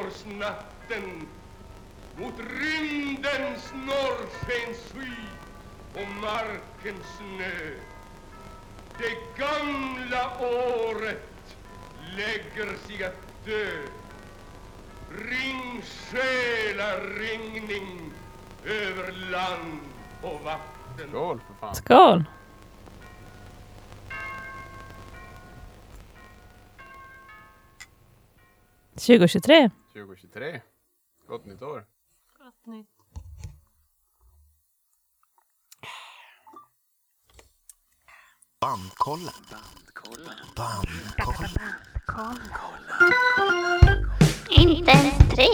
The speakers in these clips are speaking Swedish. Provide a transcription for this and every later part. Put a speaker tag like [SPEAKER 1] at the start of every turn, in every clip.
[SPEAKER 1] nyårsnatten mot rymdens norrskenssky och markens snö. Det gamla året lägger sig att dö. Ring ringning över land och vatten.
[SPEAKER 2] Skål för fan.
[SPEAKER 3] Skål! ...2023.
[SPEAKER 2] 2023. Gott nytt år.
[SPEAKER 4] Bandkollen. Bandkollen.
[SPEAKER 5] Inte ens tre.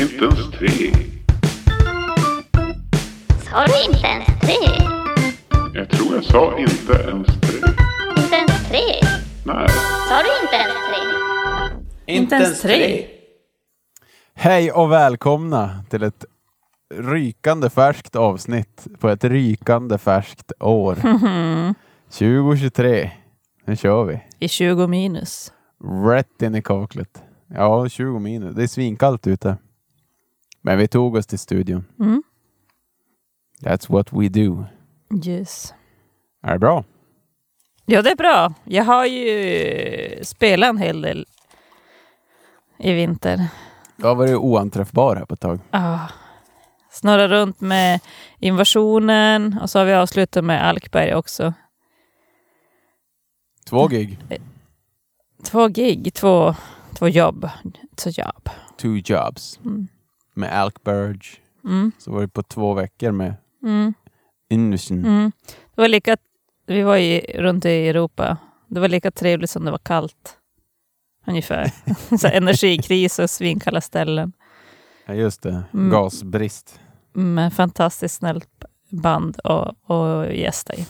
[SPEAKER 6] Inte ens tre.
[SPEAKER 5] Sa du inte ens tre?
[SPEAKER 6] Jag tror jag sa inte ens tre.
[SPEAKER 5] Inte ens tre?
[SPEAKER 6] Nej.
[SPEAKER 5] Sa du inte ens tre?
[SPEAKER 3] Inte ens tre.
[SPEAKER 2] Hej och välkomna till ett rykande färskt avsnitt på ett rykande färskt år. 2023. Nu kör vi.
[SPEAKER 3] I 20 minus.
[SPEAKER 2] Rätt in i kaklet. Ja, 20 minus. Det är svinkallt ute. Men vi tog oss till studion.
[SPEAKER 3] Mm.
[SPEAKER 2] That's what we do.
[SPEAKER 3] Yes.
[SPEAKER 2] Är det bra?
[SPEAKER 3] Ja, det är bra. Jag har ju spelat en hel del i vinter.
[SPEAKER 2] Jag har varit oanträffbar här på ett tag.
[SPEAKER 3] Ah. Snurra runt med invasionen och så har vi avslutat med Alkberg också. Mm.
[SPEAKER 2] Två gig.
[SPEAKER 3] Två gig, två, två jobb. Så jobb.
[SPEAKER 2] Two jobs.
[SPEAKER 3] Mm.
[SPEAKER 2] Med Alkberg.
[SPEAKER 3] Mm.
[SPEAKER 2] Så var det på två veckor med
[SPEAKER 3] Mm.
[SPEAKER 2] Innocent.
[SPEAKER 3] Mm. Det var lika, vi var ju runt i Europa. Det var lika trevligt som det var kallt. Ungefär. så här energikris och svinkalla ställen.
[SPEAKER 2] Ja, just det.
[SPEAKER 3] Mm.
[SPEAKER 2] Gasbrist.
[SPEAKER 3] Men fantastiskt snällt band och, och gästa i.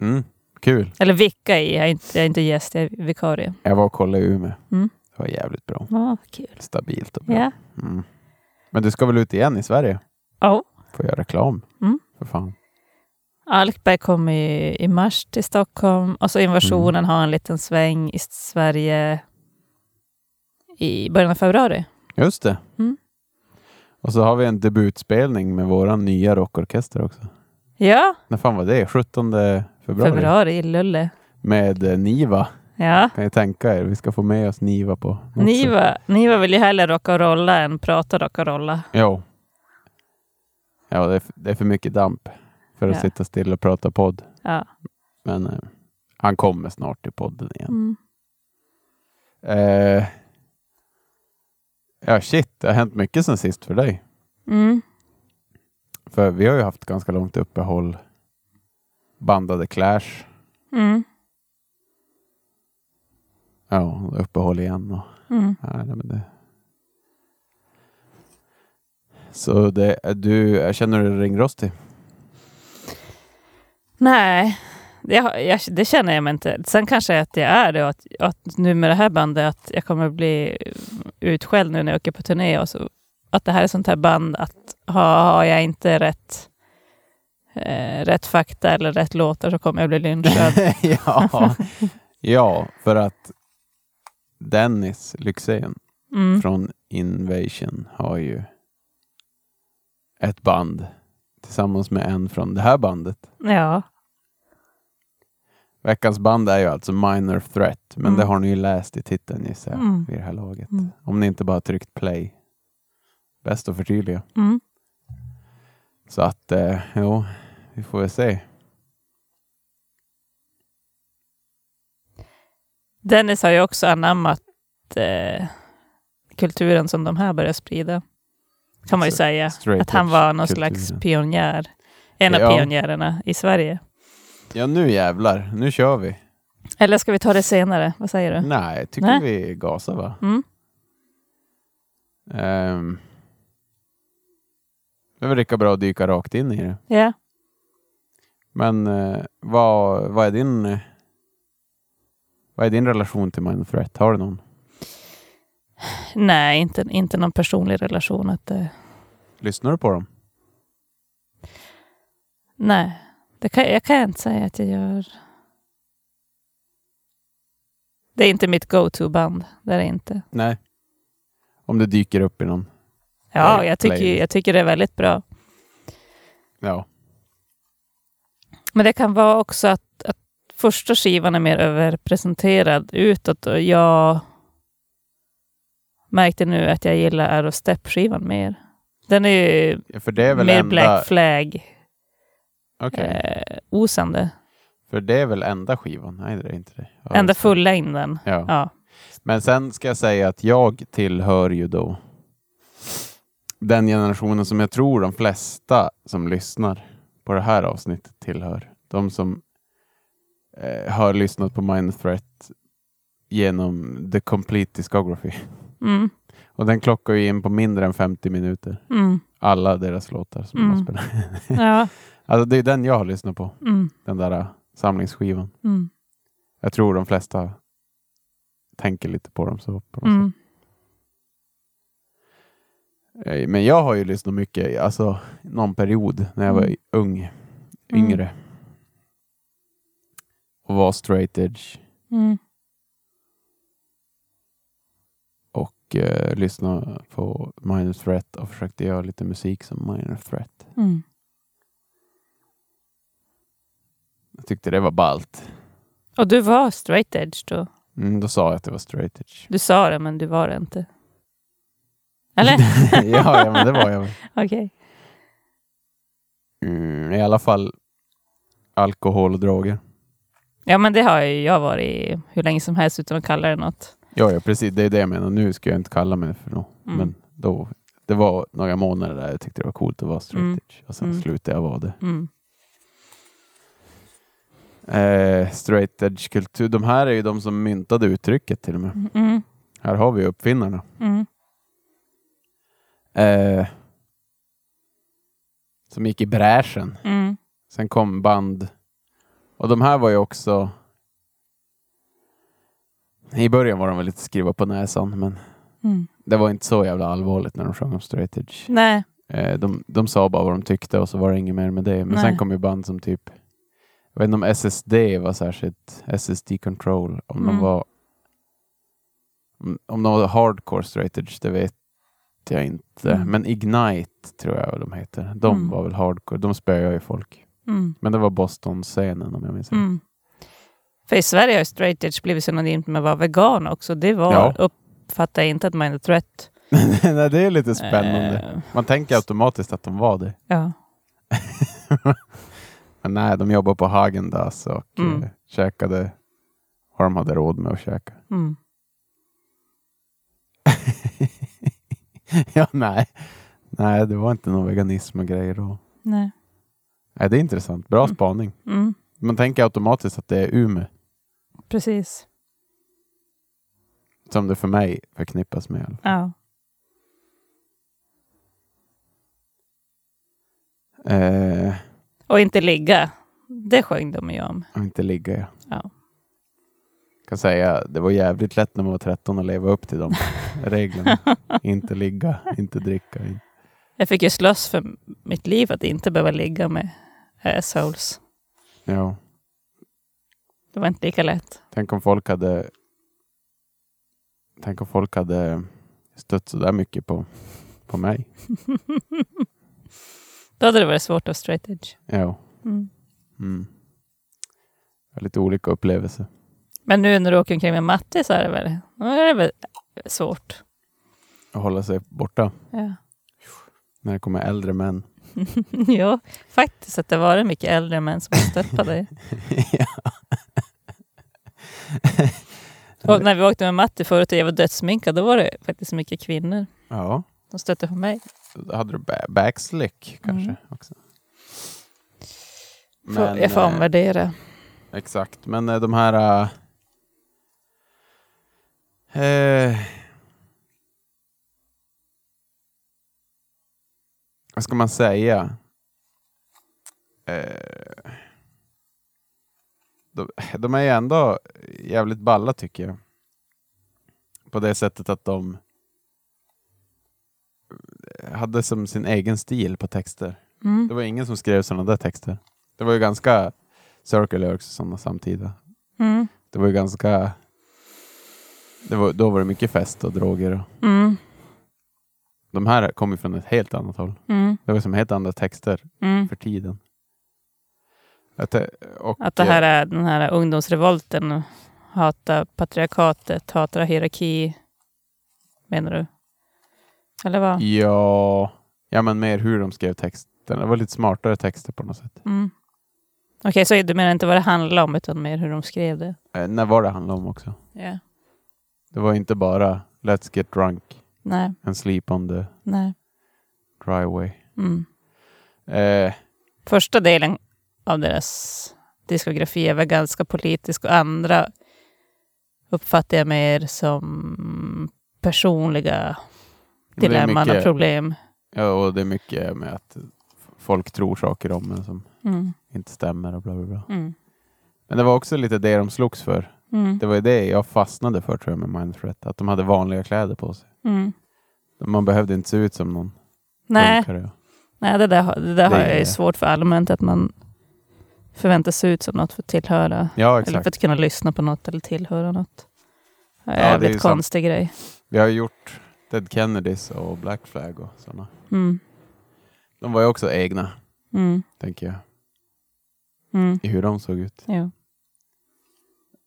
[SPEAKER 2] Mm. Kul.
[SPEAKER 3] Eller vicka i. Jag är inte, jag är inte gäst, jag är vikarie.
[SPEAKER 2] Jag var och kollade i Umeå.
[SPEAKER 3] Mm.
[SPEAKER 2] Det var jävligt bra.
[SPEAKER 3] Ja, kul.
[SPEAKER 2] Stabilt och bra.
[SPEAKER 3] Ja.
[SPEAKER 2] Mm. Men du ska väl ut igen i Sverige?
[SPEAKER 3] Ja.
[SPEAKER 2] Får göra reklam?
[SPEAKER 3] Mm.
[SPEAKER 2] För fan.
[SPEAKER 3] Alkberg kom i, i mars till Stockholm och så invasionen har en liten sväng i Sverige i början av februari.
[SPEAKER 2] Just det.
[SPEAKER 3] Mm.
[SPEAKER 2] Och så har vi en debutspelning med våran nya rockorkester också.
[SPEAKER 3] Ja,
[SPEAKER 2] När fan var det? 17 februari?
[SPEAKER 3] februari i Luleå.
[SPEAKER 2] Med eh, Niva.
[SPEAKER 3] Ja.
[SPEAKER 2] Kan ni tänka er? Vi ska få med oss Niva på något sätt.
[SPEAKER 3] Niva, Niva vill ju hellre rocka och rolla än prata rock och rolla.
[SPEAKER 2] Jo. Ja, det är, f- det är för mycket damp för att
[SPEAKER 3] Ja.
[SPEAKER 2] sitta still och prata podd.
[SPEAKER 3] Ja.
[SPEAKER 2] Men eh, han kommer snart till podden
[SPEAKER 3] Mm.
[SPEAKER 2] igen. Eh, ja, shit. Det har hänt mycket sen sist för dig.
[SPEAKER 3] Mm.
[SPEAKER 2] För vi har ju haft ganska långt uppehåll. Bandade Clash.
[SPEAKER 3] Mm.
[SPEAKER 2] Ja, uppehåll igen. Och,
[SPEAKER 3] Mm.
[SPEAKER 2] nej, nej, men det. Så det, du, känner du dig ringrostig?
[SPEAKER 3] Nej, det, har- jag, det känner jag mig inte. Sen kanske att jag är det och att, att nu med det här bandet att jag kommer bli utskälld nu när jag åker på turné. Och så, att det här är sånt här band att har, har jag inte rätt, eh, rätt fakta eller rätt låtar så kommer jag bli lynchad.
[SPEAKER 2] ja. ja, för att Dennis Lyxzén
[SPEAKER 3] Mm.
[SPEAKER 2] från Invasion har ju ett band tillsammans med en från det här bandet.
[SPEAKER 3] Ja.
[SPEAKER 2] Veckans band är ju alltså Minor Threat, men
[SPEAKER 3] Mm.
[SPEAKER 2] det har ni ju läst i titeln gissar jag,
[SPEAKER 3] Mm.
[SPEAKER 2] vid det här laget.
[SPEAKER 3] Mm.
[SPEAKER 2] Om ni inte bara tryckt play. Bäst att förtydliga.
[SPEAKER 3] Mm.
[SPEAKER 2] Så att, eh, jo, vi får väl se.
[SPEAKER 3] Dennis har ju också anammat eh, kulturen som de här börjar sprida. Kan man ju
[SPEAKER 2] Så-
[SPEAKER 3] säga.
[SPEAKER 2] straight
[SPEAKER 3] Att han
[SPEAKER 2] edge
[SPEAKER 3] var någon
[SPEAKER 2] kulturen.
[SPEAKER 3] slags pionjär. En av
[SPEAKER 2] Ja.
[SPEAKER 3] pionjärerna i Sverige.
[SPEAKER 2] Ja, nu jävlar. Nu kör vi.
[SPEAKER 3] Eller ska vi ta det senare? Vad säger du?
[SPEAKER 2] Nej, jag tycker
[SPEAKER 3] Nej.
[SPEAKER 2] vi gasar va?
[SPEAKER 3] Mm.
[SPEAKER 2] Ehm. det är väl lika bra att dyka rakt in i det.
[SPEAKER 3] Ja.
[SPEAKER 2] Men eh, vad, vad är din eh, vad är din relation till Mind Threat? Har du någon?
[SPEAKER 3] Nej, inte, inte någon personlig relation. Att, eh,
[SPEAKER 2] Lyssnar du på dem?
[SPEAKER 3] nej, det kan, jag kan inte säga att jag gör. Det är inte mitt go-to-band. Det är det inte.
[SPEAKER 2] Nej. Om det dyker upp i någon.
[SPEAKER 3] Ja,
[SPEAKER 2] Nej,
[SPEAKER 3] jag tycker,
[SPEAKER 2] playlist.
[SPEAKER 3] jag tycker det är väldigt bra.
[SPEAKER 2] Ja.
[SPEAKER 3] Men det kan vara också att, att första skivan är mer överpresenterad utåt och jag märkte nu att jag gillar Aerostep-skivan mer. Den är ju
[SPEAKER 2] För det är väl
[SPEAKER 3] mer
[SPEAKER 2] enda...
[SPEAKER 3] Black Flag-osande.
[SPEAKER 2] Okej.
[SPEAKER 3] Eh, osande.
[SPEAKER 2] För det är väl enda skivan? Nej, det är inte det. Ja,
[SPEAKER 3] Enda
[SPEAKER 2] just det.
[SPEAKER 3] fullängden.
[SPEAKER 2] Ja.
[SPEAKER 3] Ja.
[SPEAKER 2] Men sen ska jag säga att jag tillhör ju då den generationen som jag tror de flesta som lyssnar på det här avsnittet tillhör. De som eh, har lyssnat på Minor Threat genom The Complete Discography.
[SPEAKER 3] Mm,
[SPEAKER 2] Och den klockar ju in på mindre än 50 minuter.
[SPEAKER 3] mm,
[SPEAKER 2] Alla deras låtar som
[SPEAKER 3] Mm.
[SPEAKER 2] de spelar.
[SPEAKER 3] ja,
[SPEAKER 2] Alltså det är den jag har lyssnat på.
[SPEAKER 3] mm,
[SPEAKER 2] Den där eh, samlingsskivan.
[SPEAKER 3] mm,
[SPEAKER 2] Jag tror de flesta tänker lite på dem så. På något sätt.
[SPEAKER 3] mm.
[SPEAKER 2] Eh, Men jag har ju lyssnat mycket, alltså någon period när jag var
[SPEAKER 3] Mm.
[SPEAKER 2] ung, yngre. Och var straight edge
[SPEAKER 3] mm.
[SPEAKER 2] och eh, lyssnade på Minor Threat och försökte göra lite musik som Minor Threat.
[SPEAKER 3] mm.
[SPEAKER 2] Jag tyckte det var ballt.
[SPEAKER 3] Och du var straight edge då?
[SPEAKER 2] Mm, då sa jag att det var straight edge.
[SPEAKER 3] Du sa det, men du var det inte. Eller?
[SPEAKER 2] ja, ja, men det var jag. väl.
[SPEAKER 3] Okej.
[SPEAKER 2] Mm, I alla fall alkohol och droger.
[SPEAKER 3] Ja, men det har ju jag varit i hur länge som helst utan att kalla det något.
[SPEAKER 2] Ja, ja precis. Det är det jag menar. Nu ska jag inte kalla mig för något.
[SPEAKER 3] Mm.
[SPEAKER 2] Men då, det var några månader där jag tyckte det var coolt att vara straight
[SPEAKER 3] Mm.
[SPEAKER 2] edge. Och sen
[SPEAKER 3] Mm.
[SPEAKER 2] slutade jag vara det.
[SPEAKER 3] Mm.
[SPEAKER 2] Eh, straight edge-kultur. De här är ju de som myntade uttrycket till och med.
[SPEAKER 3] Mm.
[SPEAKER 2] Här har vi ju uppfinnarna.
[SPEAKER 3] Mm.
[SPEAKER 2] Eh, som gick i bräschen.
[SPEAKER 3] Mm.
[SPEAKER 2] Sen kom band. Och de här var ju också... I början var de väl lite skriva på näsan, men
[SPEAKER 3] Mm.
[SPEAKER 2] det var inte så jävla allvarligt när de sjöng om straight edge.
[SPEAKER 3] Nej.
[SPEAKER 2] Eh, de, de sa bara vad de tyckte och så var det inget mer med det. Men
[SPEAKER 3] Nej.
[SPEAKER 2] sen kom ju band som typ, jag vet inte om SSD var särskilt, SSD Control, om de
[SPEAKER 3] Mm.
[SPEAKER 2] var om- om de var hardcore straight edge, det vet jag inte.
[SPEAKER 3] Mm.
[SPEAKER 2] Men Ignite tror jag de heter. De
[SPEAKER 3] Mm.
[SPEAKER 2] var väl hardcore. De spöade ju folk.
[SPEAKER 3] Mm.
[SPEAKER 2] Men det var Boston-scenen om jag minns rätt.
[SPEAKER 3] Mm. För i Sverige har ju straight edge blivit synonymt med att vara vegan också. Det var,
[SPEAKER 2] Ja.
[SPEAKER 3] uppfattar jag inte att man är trött.
[SPEAKER 2] Nej, det är lite spännande.
[SPEAKER 3] Mm. Eh,
[SPEAKER 2] Man tänker automatiskt att de var det.
[SPEAKER 3] ja.
[SPEAKER 2] Men nej, de jobbar på Häagen-Dazs och
[SPEAKER 3] Mm.
[SPEAKER 2] eh, käkade vad de hade råd med att käka.
[SPEAKER 3] Mm.
[SPEAKER 2] ja, nej. Nej, det var inte någon veganism och grejer då.
[SPEAKER 3] Nej.
[SPEAKER 2] Nej, det är intressant. Bra spaning.
[SPEAKER 3] Mm.
[SPEAKER 2] Man tänker automatiskt att det är Umeå
[SPEAKER 3] Precis.
[SPEAKER 2] som det för mig förknippas med.
[SPEAKER 3] Ja.
[SPEAKER 2] Eh,
[SPEAKER 3] Och inte ligga. Det sjöng de ju om.
[SPEAKER 2] och inte ligga, ja.
[SPEAKER 3] Ja.
[SPEAKER 2] Kan säga, det var jävligt lätt när man var 13 att leva upp till de reglerna. inte ligga, inte dricka. in-
[SPEAKER 3] Jag fick ju slåss för mitt liv att inte behöva ligga med eh, assholes.
[SPEAKER 2] Ja.
[SPEAKER 3] Det var inte lika lätt.
[SPEAKER 2] Tänk om folk hade Tänk om folk hade stött sådär mycket på, på mig.
[SPEAKER 3] Då hade det varit svårt att vara straight edge.
[SPEAKER 2] Ja.
[SPEAKER 3] Mm.
[SPEAKER 2] Mm. Jag har Lite olika upplevelser.
[SPEAKER 3] Men nu när du åker omkring med Matti så är det väl, då är det väl svårt.
[SPEAKER 2] Att hålla sig borta
[SPEAKER 3] Ja.
[SPEAKER 2] när det kommer äldre män.
[SPEAKER 3] jo, faktiskt att det var mycket äldre män som stöppade dig. Och när vi åkte med Matti förut och jag var dödsminkad, då var det faktiskt mycket kvinnor
[SPEAKER 2] Ja.
[SPEAKER 3] som stötte på mig.
[SPEAKER 2] Då hade du ba- backslick kanske också.
[SPEAKER 3] Mm. Får- jag får
[SPEAKER 2] eh,
[SPEAKER 3] omvärdera.
[SPEAKER 2] Exakt, men eh, de här... eh, eh, vad ska man säga? Eh, de, de är ju ändå jävligt balla tycker jag. På det sättet att de hade som sin egen stil på texter.
[SPEAKER 3] Mm.
[SPEAKER 2] Det var ingen som skrev sådana där texter. Det var ju ganska Circle Lyrics och sådana samtida.
[SPEAKER 3] Mm.
[SPEAKER 2] Det var ju ganska... Det var, då var det mycket fest och droger. Och,
[SPEAKER 3] Mm.
[SPEAKER 2] De här kom ju från ett helt annat håll.
[SPEAKER 3] Mm,
[SPEAKER 2] Det var som helt andra texter
[SPEAKER 3] mm.
[SPEAKER 2] för tiden. Att det, och,
[SPEAKER 3] Att det här är den här ungdomsrevolten. Hata patriarkatet, hata hierarki. Menar du? Eller vad?
[SPEAKER 2] Ja, ja, men mer hur de skrev texterna. Det var lite smartare texter på något sätt.
[SPEAKER 3] Mm. Okej, så du menar inte vad det handlar om, utan mer hur de skrev det?
[SPEAKER 2] Eh, när var det handlade om också?
[SPEAKER 3] Ja.
[SPEAKER 2] Det var inte bara Let's get drunk
[SPEAKER 3] Nej,
[SPEAKER 2] and sleep on the
[SPEAKER 3] nej.
[SPEAKER 2] driveway.
[SPEAKER 3] Mm.
[SPEAKER 2] Eh,
[SPEAKER 3] Första delen av deras diskografi var ganska politisk och andra uppfattar jag mer som personliga
[SPEAKER 2] det är
[SPEAKER 3] dilemman och
[SPEAKER 2] mycket-
[SPEAKER 3] problem.
[SPEAKER 2] ja, och det är mycket med att folk tror saker om en som
[SPEAKER 3] Mm,
[SPEAKER 2] inte stämmer och bla bla bla.
[SPEAKER 3] mm,
[SPEAKER 2] Men det var också lite det de slogs för.
[SPEAKER 3] mm,
[SPEAKER 2] Det var ju det jag fastnade för tror jag med Mind Threat. Att de hade vanliga kläder på sig.
[SPEAKER 3] mm.
[SPEAKER 2] Man behövde inte se ut som någon
[SPEAKER 3] Nej,
[SPEAKER 2] punkare.
[SPEAKER 3] nej, det där, har- det där har
[SPEAKER 2] Det
[SPEAKER 3] jag
[SPEAKER 2] är-
[SPEAKER 3] ju svårt för allmänt, att man förväntas se ut som något för att tillhöra.
[SPEAKER 2] Ja,
[SPEAKER 3] Eller
[SPEAKER 2] exakt.
[SPEAKER 3] för att kunna lyssna på något eller tillhöra något. Det
[SPEAKER 2] det
[SPEAKER 3] är
[SPEAKER 2] är
[SPEAKER 3] en
[SPEAKER 2] ju
[SPEAKER 3] jävligt
[SPEAKER 2] sant.
[SPEAKER 3] konstig grej.
[SPEAKER 2] Vi har ju gjort Dead Kennedys och Black Flag och sådana.
[SPEAKER 3] Mm,
[SPEAKER 2] De var ju också egna,
[SPEAKER 3] mm,
[SPEAKER 2] tänker jag,
[SPEAKER 3] mm,
[SPEAKER 2] i hur de såg ut.
[SPEAKER 3] jo,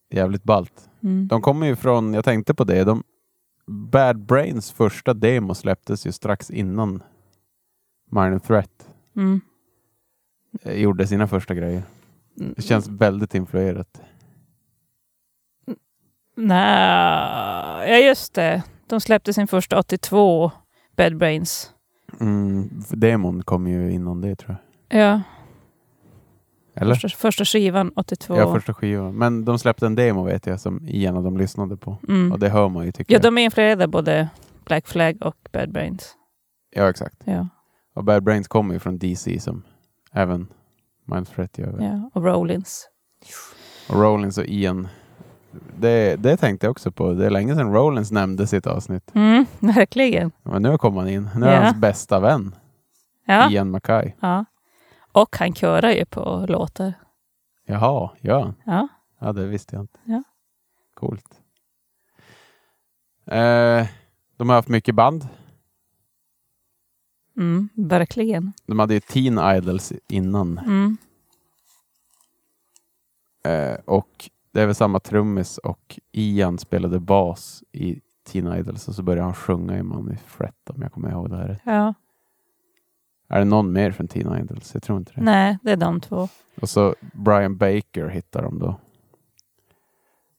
[SPEAKER 2] Jävligt ballt.
[SPEAKER 3] mm,
[SPEAKER 2] De kommer ju från, jag tänkte på det, de, Bad Brains första demo släpptes ju strax innan Minor Threat
[SPEAKER 3] mm.
[SPEAKER 2] eh, gjorde sina första grejer.
[SPEAKER 3] Mm.
[SPEAKER 2] Det känns väldigt influerat.
[SPEAKER 3] Nej, ja just det. De släppte sin första 82, Bad Brains.
[SPEAKER 2] Mm, för demon kom ju innan det tror
[SPEAKER 3] Ja,
[SPEAKER 2] jag. Eller?
[SPEAKER 3] första, första skivan 82.
[SPEAKER 2] Ja, första skivan. Men de släppte en demo vet jag som gärna de lyssnade på.
[SPEAKER 3] mm.
[SPEAKER 2] Och det hör man ju tycker
[SPEAKER 3] ja, de är influerade av både Black Flag och Bad Brains.
[SPEAKER 2] jag. Ja, exakt.
[SPEAKER 3] Ja,
[SPEAKER 2] Och Bad Brains kommer ju från DC som även Mind Threat gör. väl.
[SPEAKER 3] ja. Och Rollins.
[SPEAKER 2] Och Rollins och Ian. Det, det tänkte jag också på. Det är länge sedan Rollins nämnde sitt avsnitt.
[SPEAKER 3] Mm, verkligen.
[SPEAKER 2] Men nu kommer han in. Nu är
[SPEAKER 3] Ja.
[SPEAKER 2] hans bästa vän
[SPEAKER 3] Ja.
[SPEAKER 2] Ian Mackay.
[SPEAKER 3] ja. Och han körar ju på låtar.
[SPEAKER 2] Jaha, ja. han?
[SPEAKER 3] Ja.
[SPEAKER 2] Ja, det visste jag inte.
[SPEAKER 3] Ja.
[SPEAKER 2] Coolt. Eh, de har haft mycket band.
[SPEAKER 3] Mm, verkligen.
[SPEAKER 2] De hade ju Teen Idols innan.
[SPEAKER 3] Mm.
[SPEAKER 2] Eh, och det är väl samma trummis och Ian spelade bas i Teen Idols och så började han sjunga i Money Fret om jag kommer ihåg det här rätt.
[SPEAKER 3] Ja.
[SPEAKER 2] Är det någon mer från Teen Idols? Jag tror inte det.
[SPEAKER 3] Nej, det är de två.
[SPEAKER 2] Och så Brian Baker hittar de då.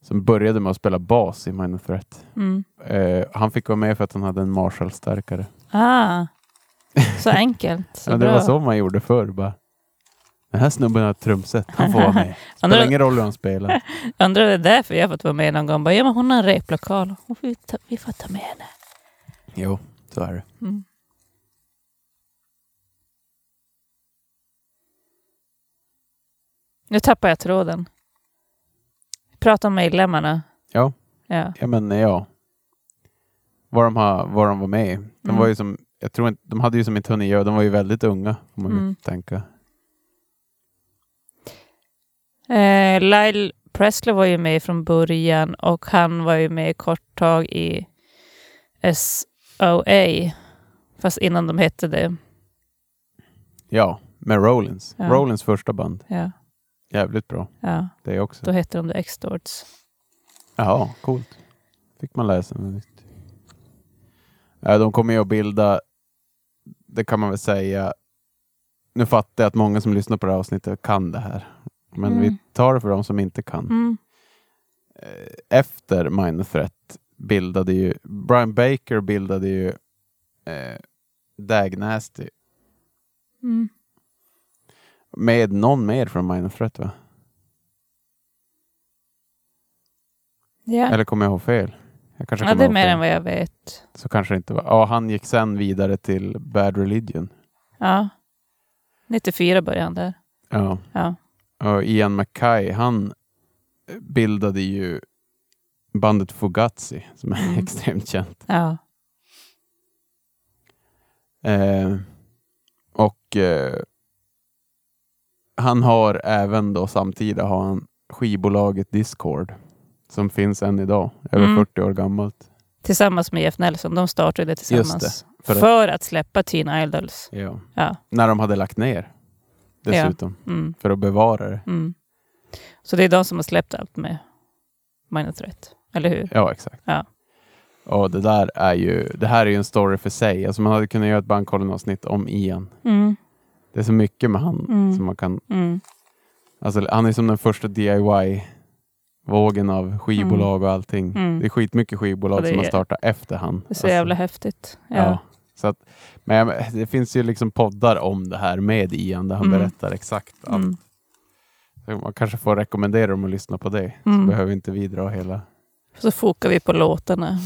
[SPEAKER 2] Som började med att spela bas i Minor Threat.
[SPEAKER 3] Mm.
[SPEAKER 2] Eh, han fick vara med för att han hade en Marshall-stärkare.
[SPEAKER 3] Ah. Så enkelt. Så
[SPEAKER 2] Ja, det
[SPEAKER 3] bra.
[SPEAKER 2] var så man gjorde förr. Bara. Den här snubben har ett trumset. Han får vara med. Spelar
[SPEAKER 3] Undrar-
[SPEAKER 2] ingen roll hur han spelar.
[SPEAKER 3] Undrar det är därför jag fått vara med någon gång. Bara, ja, men hon har en replokal. Hon får vi, ta, vi får ta med henne.
[SPEAKER 2] Jo, så är det.
[SPEAKER 3] Mm. Nu tappar jag tråden. Prata om medlemmarna.
[SPEAKER 2] Ja.
[SPEAKER 3] Ja.
[SPEAKER 2] Ja, men ja. Vad de, har, vad de var med i. De
[SPEAKER 3] Mm.
[SPEAKER 2] var ju som, jag tror inte, de hade ju som inte hunnit göra, de var ju väldigt unga, får man ju
[SPEAKER 3] Mm.
[SPEAKER 2] tänka.
[SPEAKER 3] Eh, Lyle Presley var ju med från början och han var ju med ett kort tag i SOA. Fast innan de hette det.
[SPEAKER 2] Ja, med Rollins.
[SPEAKER 3] Ja.
[SPEAKER 2] Rollins första band.
[SPEAKER 3] Ja,
[SPEAKER 2] Jävligt bra,
[SPEAKER 3] ja.
[SPEAKER 2] det också.
[SPEAKER 3] Då hette de The Extorts.
[SPEAKER 2] Ja, coolt. Fick man läsa något nytt. Eh, De kommer ju att bilda, det kan man väl säga, nu fattar jag att många som lyssnar på det här avsnittet kan det här. Men
[SPEAKER 3] Mm.
[SPEAKER 2] vi tar det för de som inte kan. Eh,
[SPEAKER 3] Mm.
[SPEAKER 2] efter Minor Threat bildade ju Brian Baker bildade ju eh, Dag Nasty
[SPEAKER 3] Mm.
[SPEAKER 2] med någon mer från Minor Threat va?
[SPEAKER 3] Ja.
[SPEAKER 2] Eller kommer jag ihåg fel? Jag kanske
[SPEAKER 3] Ja,
[SPEAKER 2] kommer
[SPEAKER 3] det är
[SPEAKER 2] ihåg
[SPEAKER 3] mer
[SPEAKER 2] fel.
[SPEAKER 3] än vad jag vet.
[SPEAKER 2] Så kanske det inte var. Ja, han gick sen vidare till Bad Religion.
[SPEAKER 3] Ja. 94 började han där.
[SPEAKER 2] Ja.
[SPEAKER 3] Ja.
[SPEAKER 2] Och Ian Mackay, han bildade ju bandet Fugazi som är
[SPEAKER 3] Mm.
[SPEAKER 2] extremt känt.
[SPEAKER 3] Ja.
[SPEAKER 2] Eh, och eh, han har även då samtidigt har han skivbolaget Discord som finns än idag, över
[SPEAKER 3] Mm.
[SPEAKER 2] 40 år gammalt.
[SPEAKER 3] Tillsammans med Jeff Nelson. De startade det tillsammans.
[SPEAKER 2] Just För
[SPEAKER 3] För,
[SPEAKER 2] att-
[SPEAKER 3] att släppa Teen Idols.
[SPEAKER 2] Ja.
[SPEAKER 3] Ja.
[SPEAKER 2] När de hade lagt ner. Dessutom.
[SPEAKER 3] Mm,
[SPEAKER 2] För att bevara det.
[SPEAKER 3] mm. Så det är de som har släppt allt med Minor Threat, eller hur?
[SPEAKER 2] Ja, exakt.
[SPEAKER 3] Ja.
[SPEAKER 2] Och det där är ju, det här är ju en story för sig. Alltså man hade kunnat göra ett bandkollen-avsnitt om Ian.
[SPEAKER 3] Mm,
[SPEAKER 2] Det är så mycket med han
[SPEAKER 3] Mm.
[SPEAKER 2] som man kan...
[SPEAKER 3] mm,
[SPEAKER 2] Alltså han är som den första DIY-vågen av skivbolag och allting.
[SPEAKER 3] Mm.
[SPEAKER 2] Det är skitmycket skivbolag
[SPEAKER 3] Och det
[SPEAKER 2] som har
[SPEAKER 3] är-
[SPEAKER 2] startat efter han.
[SPEAKER 3] det är så jävla häftigt. Ja.
[SPEAKER 2] Alltså. Ja. Så att, men jag- det finns ju liksom poddar om det här med Ian där han
[SPEAKER 3] Mm.
[SPEAKER 2] berättar exakt allt.
[SPEAKER 3] Mm.
[SPEAKER 2] Så Man kanske får rekommendera dem att lyssna på det.
[SPEAKER 3] Mm.
[SPEAKER 2] Så behöver inte vi dra hela...
[SPEAKER 3] Så fokar vi på låtarna.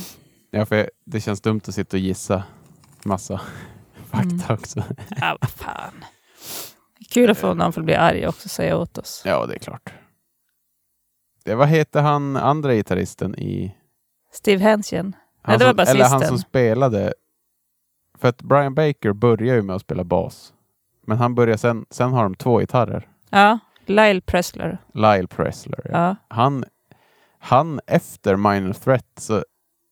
[SPEAKER 2] Ja, för det känns dumt att sitta och gissa massa
[SPEAKER 3] Mm.
[SPEAKER 2] fakta också.
[SPEAKER 3] Ja, vad fan. Kul att få någon för att bli arg också och säga åt oss.
[SPEAKER 2] Eh. Ja, det är klart. Det, vad heter han andra gitarristen i...
[SPEAKER 3] Steve Hansen.
[SPEAKER 2] Han
[SPEAKER 3] Nej, det var
[SPEAKER 2] som, eller han
[SPEAKER 3] basisten.
[SPEAKER 2] som spelade... För att Brian Baker börjar ju med att spela bas. Men han börjar sen... Sen har de två gitarrer.
[SPEAKER 3] Ja, Lyle Pressler.
[SPEAKER 2] Lyle Pressler. Ja.
[SPEAKER 3] Ja.
[SPEAKER 2] Han, han efter Minor Threat så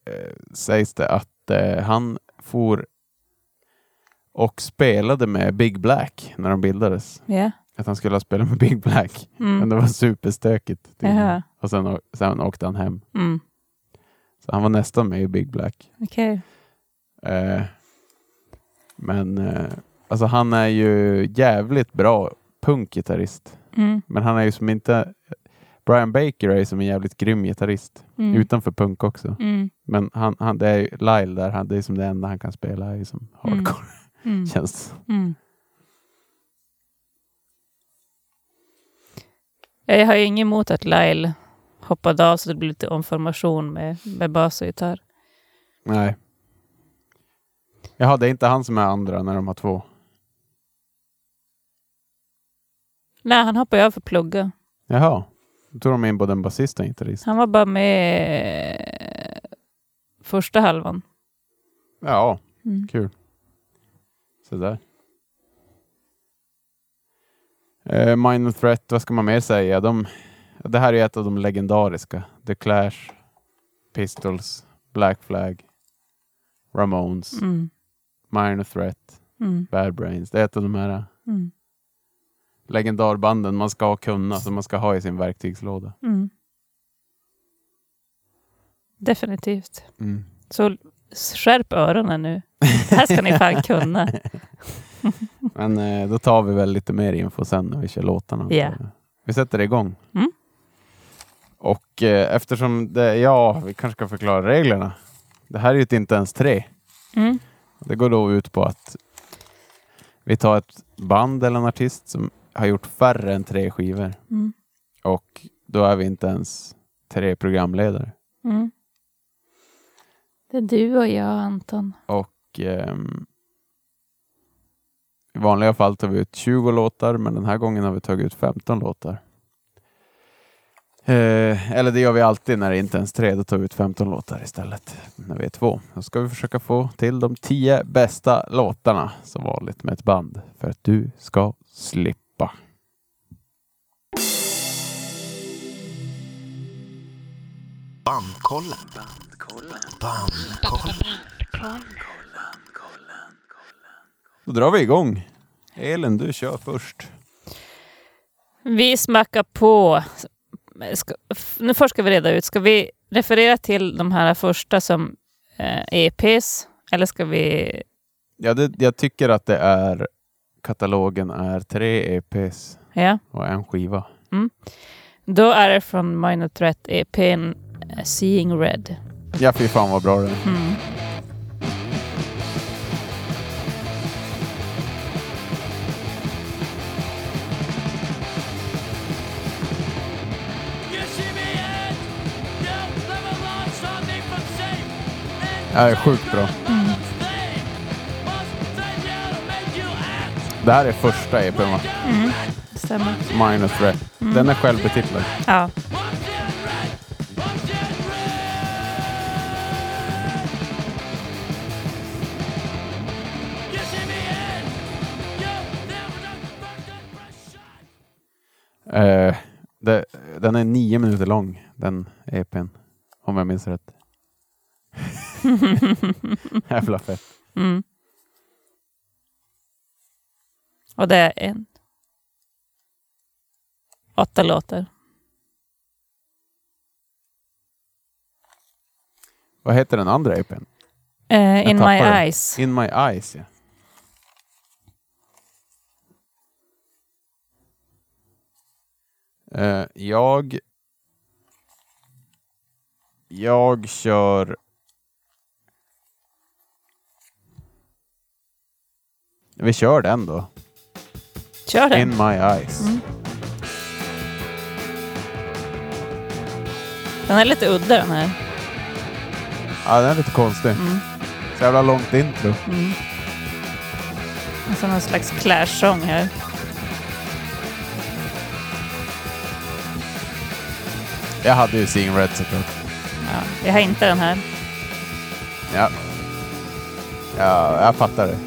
[SPEAKER 2] eh, sägs det att eh, han for och spelade med Big Black när de bildades.
[SPEAKER 3] Ja.
[SPEAKER 2] Att han skulle ha spelat med Big Black. Men
[SPEAKER 3] Mm.
[SPEAKER 2] det var superstökigt. tydligen.
[SPEAKER 3] Jaha.
[SPEAKER 2] Och sen, å- sen åkte han hem.
[SPEAKER 3] Mm.
[SPEAKER 2] Så han var nästan med i Big Black.
[SPEAKER 3] Okej.
[SPEAKER 2] Eh, men eh, alltså han är ju jävligt bra punkgitarrist.
[SPEAKER 3] Mm.
[SPEAKER 2] Men han är ju som inte... Brian Baker är ju som en jävligt grym gitarrist.
[SPEAKER 3] Mm.
[SPEAKER 2] Utanför punk också.
[SPEAKER 3] Mm.
[SPEAKER 2] Men han, han, det är ju Lyle där, han, det är som det enda han kan spela är ju som
[SPEAKER 3] Mm.
[SPEAKER 2] hardcore.
[SPEAKER 3] Mm.
[SPEAKER 2] Känns det som.
[SPEAKER 3] Mm. Ja, Jag har ju inget emot att Lyle hoppade av så det blir lite omformation med, med bas och gitarr.
[SPEAKER 2] Nej. Jaha, det är inte han som är andra när de har två.
[SPEAKER 3] Nej, han hoppade ju av för att plugga.
[SPEAKER 2] Jaha. Då tog de in både en basist och en gitarrist.
[SPEAKER 3] Han var bara med första halvan.
[SPEAKER 2] Ja,
[SPEAKER 3] Mm.
[SPEAKER 2] kul. Så där. Eh, Minor Threat, vad ska man mer säga? De, det här är ett av de legendariska. The Clash, Pistols, Black Flag, Ramones,
[SPEAKER 3] Mm.
[SPEAKER 2] Minor Threat,
[SPEAKER 3] Mm.
[SPEAKER 2] Bad Brains. Det är ett av de här
[SPEAKER 3] Mm.
[SPEAKER 2] legendarbanden man ska kunna, som man ska ha i sin verktygslåda.
[SPEAKER 3] Mm. Definitivt. Så skärp öronen nu. Det här ska ni fan kunna.
[SPEAKER 2] Men eh, då tar vi väl lite mer info sen när vi kör låtarna.
[SPEAKER 3] Ja.
[SPEAKER 2] Vi sätter igång.
[SPEAKER 3] Mm.
[SPEAKER 2] Och eh, eftersom det, ja, vi kanske ska förklara reglerna. Det här är ju ett inte ens tre.
[SPEAKER 3] Mm.
[SPEAKER 2] Det går då ut på att vi tar ett band eller en artist som har gjort färre än tre skivor.
[SPEAKER 3] Mm.
[SPEAKER 2] Och då är vi inte ens tre programledare.
[SPEAKER 3] Mm. Det är du och jag, Anton.
[SPEAKER 2] Och ehm, I vanliga fall tar vi ut 20 låtar, men den här gången har vi tagit ut 15 låtar. Eh, eller det gör vi alltid när det inte ens är tre, då tar vi ut 15 låtar istället. När vi är två. Då ska vi försöka få till de 10 bästa låtarna, som vanligt med ett band, för att du ska slippa.
[SPEAKER 4] Bandkollen. Bandkollen.
[SPEAKER 2] Då drar vi igång. Elin, du kör först.
[SPEAKER 3] Vi smackar på. Ska, f- nu först ska vi reda ut, ska vi referera till de här första som eh, EPs? Eller ska vi...
[SPEAKER 2] Ja, det, jag tycker att det är katalogen är tre EPs
[SPEAKER 3] Ja.
[SPEAKER 2] och en skiva.
[SPEAKER 3] Då är det från Minor Threat EPn eh, Seeing Red.
[SPEAKER 2] Ja, fy fan vad bra det är. Det här är sjukt bra. Det här är första EPn va?
[SPEAKER 3] Det stämmer.
[SPEAKER 2] Minor Threat. Den är självbetitlad.
[SPEAKER 3] Ja.
[SPEAKER 2] Eh, det, den är nio minuter lång, den E EPn. Om jag minns rätt. Jävla fett.
[SPEAKER 3] Mm. Och det är en... Åtta låtar.
[SPEAKER 2] Vad heter den andra E EPn?
[SPEAKER 3] Eh, in my
[SPEAKER 2] tappar den.
[SPEAKER 3] eyes.
[SPEAKER 2] In My Eyes, ja. Eh, jag... Jag kör... Vi kör den då.
[SPEAKER 3] Kör den.
[SPEAKER 2] In My Eyes.
[SPEAKER 3] Mm. Den är lite udda den här.
[SPEAKER 2] Ja, den är lite konstig.
[SPEAKER 3] Mm.
[SPEAKER 2] Så jävla långt intro.
[SPEAKER 3] Som Alltså någon slags clash-sång här.
[SPEAKER 2] Jag hade ju Seeing Red såklart.
[SPEAKER 3] Ja, jag har inte den här.
[SPEAKER 2] Ja. ja, jag fattar det.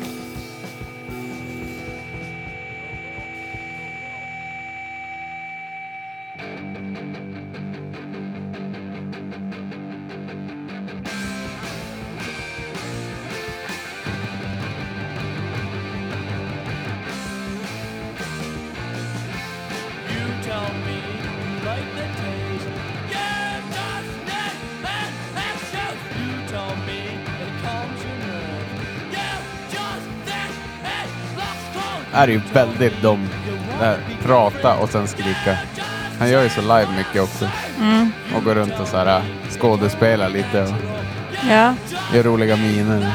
[SPEAKER 2] Här är ju väldigt dom. Där, prata och sen skrika. Han gör ju så live mycket också. Och går runt och så här äh, skådespelar lite och
[SPEAKER 3] Ja.
[SPEAKER 2] gör roliga miner.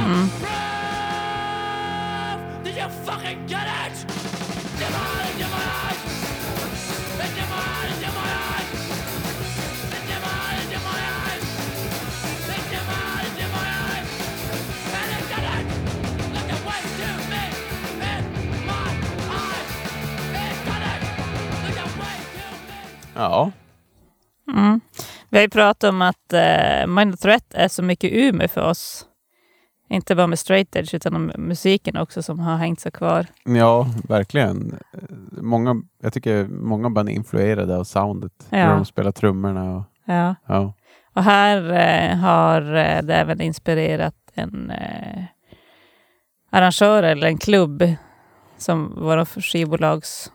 [SPEAKER 2] Ja.
[SPEAKER 3] Vi har ju pratat om att eh, Mind of Threat är så mycket Umeå för oss. Inte bara med straight edge utan om musiken också som har hängt sig kvar.
[SPEAKER 2] Ja, verkligen. Eh, Många, jag tycker många band är influerade av soundet.
[SPEAKER 3] Ja.
[SPEAKER 2] Hur de spelar trummorna och
[SPEAKER 3] Ja.
[SPEAKER 2] ja.
[SPEAKER 3] Och här eh, har eh, det även inspirerat en eh, arrangör eller en klubb som vår skivbolagschef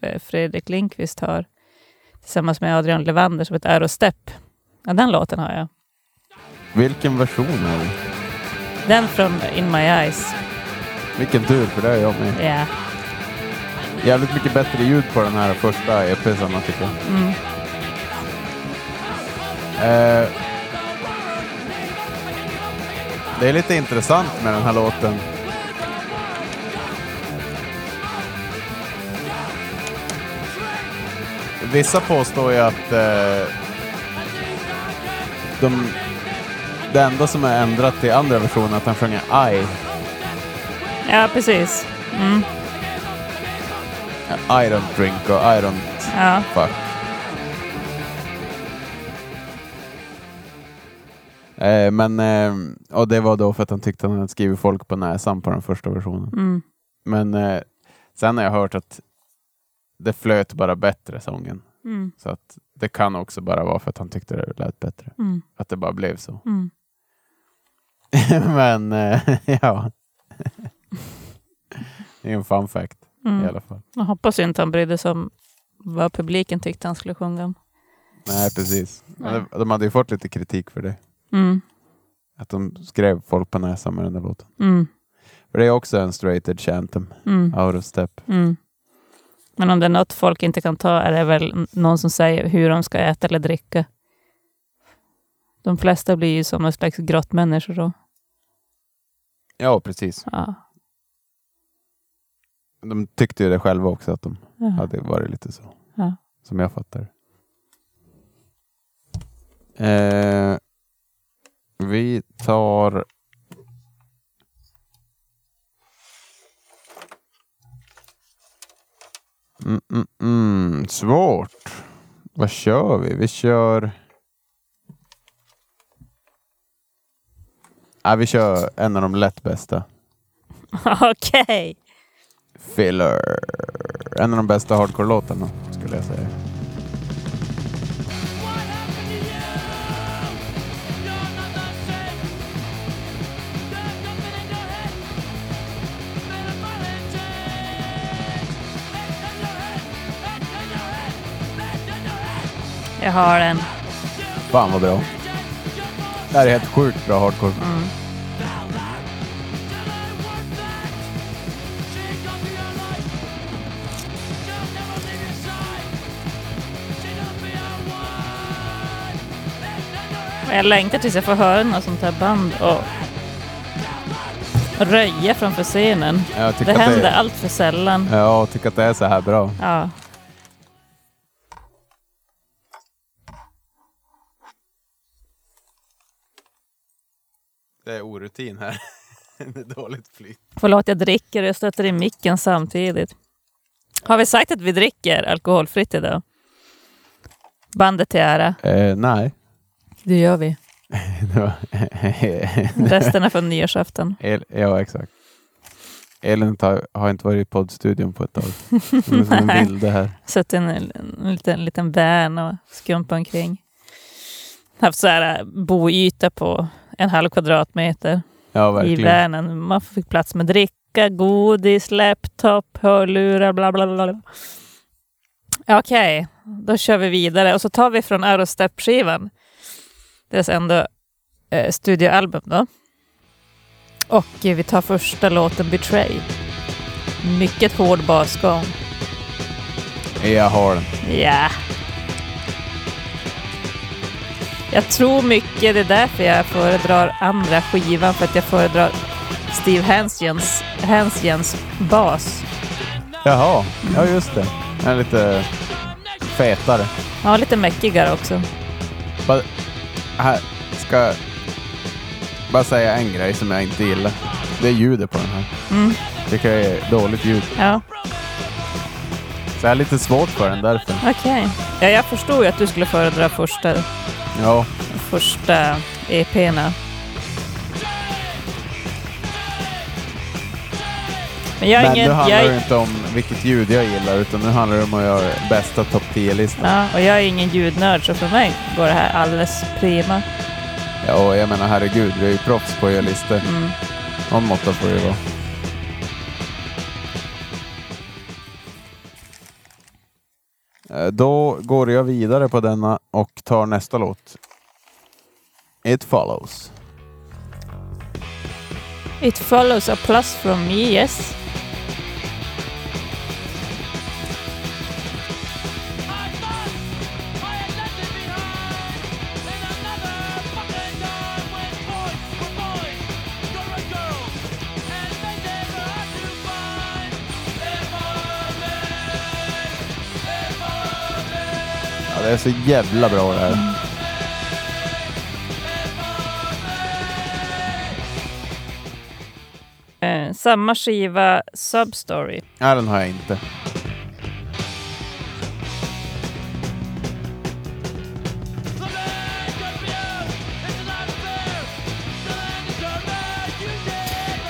[SPEAKER 3] eh, Fredrik Lindqvist har tillsammans med Adrian Levander som heter Aerostep. Ja, den låten har jag.
[SPEAKER 2] Vilken version är det?
[SPEAKER 3] Den från In My Eyes.
[SPEAKER 2] Vilken tur, för det är jag med.
[SPEAKER 3] Ja.
[SPEAKER 2] Jävligt mycket bättre ljud på den här första EPn, tycker jag. Eh, det är lite intressant med den här låten. Vissa påstår ju att eh, de, det enda som är ändrat i andra versionen är att han sjunger I.
[SPEAKER 3] ja, precis.
[SPEAKER 2] I don't drink och I don't
[SPEAKER 3] Ja.
[SPEAKER 2] fuck. Eh, men, eh, och det var då för att han tyckte att han hade skrivit folk på näsan på den första versionen.
[SPEAKER 3] Mm.
[SPEAKER 2] Men eh, sen har jag hört att det flöt bara bättre sången.
[SPEAKER 3] Mm.
[SPEAKER 2] Så att det kan också bara vara för att han tyckte det lät bättre.
[SPEAKER 3] Mm.
[SPEAKER 2] Att det bara blev så.
[SPEAKER 3] Mm.
[SPEAKER 2] men eh, ja. det är en fun fact i alla fall.
[SPEAKER 3] mm. Jag hoppas ju inte han brydde sig om vad publiken tyckte han skulle sjunga om.
[SPEAKER 2] Nej, precis. Men De, de hade ju fått lite kritik för det.
[SPEAKER 3] Mm.
[SPEAKER 2] Att de skrev folk på näsan med den där låten.
[SPEAKER 3] Mm.
[SPEAKER 2] För det är också en straight edge anthem,
[SPEAKER 3] Mm.
[SPEAKER 2] out of step.
[SPEAKER 3] Mm. Men om det är något folk inte kan ta är det väl n- någon som säger hur de ska äta eller dricka. De flesta blir ju som någon slags grottmänniskor då.
[SPEAKER 2] Ja, precis.
[SPEAKER 3] Ja.
[SPEAKER 2] De tyckte ju det själva också, att de
[SPEAKER 3] Ja.
[SPEAKER 2] hade varit lite så.
[SPEAKER 3] Ja.
[SPEAKER 2] Som jag fattar eh, Vi tar... Mm, mm, mm. Svårt. Vad kör vi? Vi kör... Nej, vi kör en av de lätt bästa.
[SPEAKER 3] Okej.
[SPEAKER 2] Filler. En av de bästa hardcore-låtarna skulle jag säga.
[SPEAKER 7] Thank you
[SPEAKER 3] Jag har den.
[SPEAKER 2] Fan vad bra. Det här är helt sjukt bra hardcore.
[SPEAKER 3] Mm. Men Jag längtar tills jag får höra något sånt här band och röja framför scenen.
[SPEAKER 2] Jag tycker
[SPEAKER 3] Det
[SPEAKER 2] att
[SPEAKER 3] händer
[SPEAKER 2] det,
[SPEAKER 3] allt för sällan.
[SPEAKER 2] Ja, jag tycker att det är så här bra.
[SPEAKER 3] Ja.
[SPEAKER 2] Det är orutin här. det är dåligt flyt.
[SPEAKER 3] Förlåt, jag dricker och jag stöter i micken samtidigt. Har vi sagt att vi dricker alkoholfritt idag? Bandet till ära.
[SPEAKER 2] Eh, nej.
[SPEAKER 3] Det gör vi.
[SPEAKER 2] Det var-
[SPEAKER 3] Resten är från nyårsafton.
[SPEAKER 2] El, ja, exakt. Elin tar, har inte varit i poddstudion på ett tag. Hon är som en
[SPEAKER 3] Nej.
[SPEAKER 2] vilde här.
[SPEAKER 3] Suttit i en, en liten, liten van och skumpat omkring. Haft så här äh, boyta på en halv kvadratmeter
[SPEAKER 2] Ja,
[SPEAKER 3] i
[SPEAKER 2] verkligen.
[SPEAKER 3] vanen. Man fick plats med dricka, godis, laptop, hörlurar, bla bla bla. bla. Okej, då kör vi vidare och så tar vi från Aerostep-skivan. Deras enda eh, studioalbum då. Och eh, vi tar första låten Betrayed. Mycket hård basgång.
[SPEAKER 2] Jag har den.
[SPEAKER 3] Ja. Jag tror mycket det är därför jag föredrar andra skivan, för att jag föredrar Steve Hansjens, Hansjens bas.
[SPEAKER 2] Jaha, ja just det. Den är lite fetare.
[SPEAKER 3] Han var lite mäckigare också.
[SPEAKER 2] Bara, här, ska jag bara säga en grej som jag inte gillar. Det är ljudet på den här.
[SPEAKER 3] Mm.
[SPEAKER 2] Tycker jag är dåligt ljud.
[SPEAKER 3] Ja,
[SPEAKER 2] Så jag är lite svårt för den därför.
[SPEAKER 3] okej. Ja, jag förstod ju att du skulle föredra första,
[SPEAKER 2] Ja,
[SPEAKER 3] första E EP'na. Men jag är
[SPEAKER 2] men
[SPEAKER 3] ingen...
[SPEAKER 2] nu handlar
[SPEAKER 3] jag är-
[SPEAKER 2] det inte om vilket ljud jag gillar utan nu handlar det om att göra bästa topp 10-listan.
[SPEAKER 3] Ja, och jag är ingen ljudnörd, så för mig går det här alldeles prima.
[SPEAKER 2] Ja, och jag menar herregud, vi är ju proffs på att göra listor.
[SPEAKER 3] Mm.
[SPEAKER 2] Någon måtta får det ju vara. Eh, Då går jag vidare på denna och tar nästa låt. It follows.
[SPEAKER 3] It follows a plus from me, yes.
[SPEAKER 2] Ja, det är så jävla bra det
[SPEAKER 3] Mm.
[SPEAKER 2] här.
[SPEAKER 3] Eh, samma skiva, Substory.
[SPEAKER 2] Nej, den har jag inte.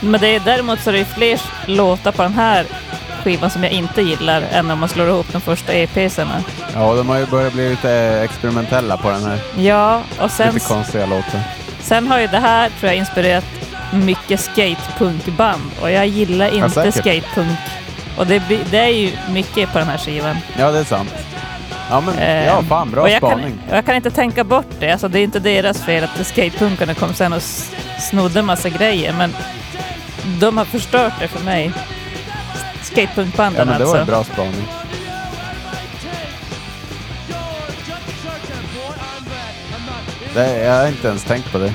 [SPEAKER 3] Men det är, däremot så är det ju fler låtar på den här skivan som jag inte gillar än om man slår ihop de första E EP'serna.
[SPEAKER 2] Ja, de har ju börjat bli lite eh, experimentella på den här.
[SPEAKER 3] Ja, och sen,
[SPEAKER 2] Lite konstiga låtar.
[SPEAKER 3] sen har ju det här, tror jag, inspirerat mycket skatepunkband och jag gillar inte
[SPEAKER 2] säkert.
[SPEAKER 3] skatepunk. Och det, blir- det är ju mycket på den här skivan.
[SPEAKER 2] Ja, det är sant. Ja, men
[SPEAKER 3] Eh,
[SPEAKER 2] ja, fan bra
[SPEAKER 3] och jag
[SPEAKER 2] spaning.
[SPEAKER 3] Kan, och jag kan inte tänka bort det. Alltså, det är inte deras fel att skatepunkarna kom sen och s- snodde massa grejer, men de har förstört det för mig.
[SPEAKER 2] Ja,
[SPEAKER 3] Skatepunkbanden
[SPEAKER 2] men det var
[SPEAKER 3] alltså.
[SPEAKER 2] en bra spaning. Det, jag har inte ens tänkt på det.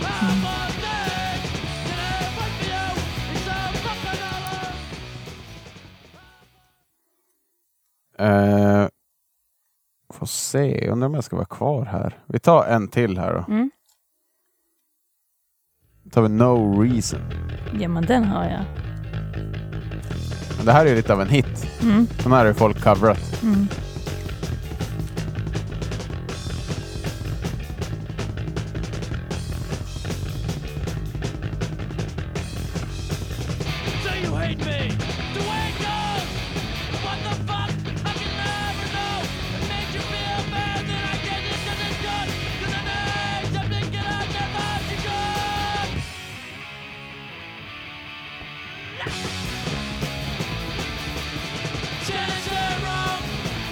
[SPEAKER 2] Eh, får se, undrar om jag ska vara kvar här. Vi tar en till här då.
[SPEAKER 3] Mm.
[SPEAKER 2] Då tar vi No Reason.
[SPEAKER 3] Ja, men den har jag.
[SPEAKER 2] Men det här är ju lite av en hit.
[SPEAKER 3] Mm.
[SPEAKER 2] Den här har ju folk coverat.
[SPEAKER 7] Chances they're wrong.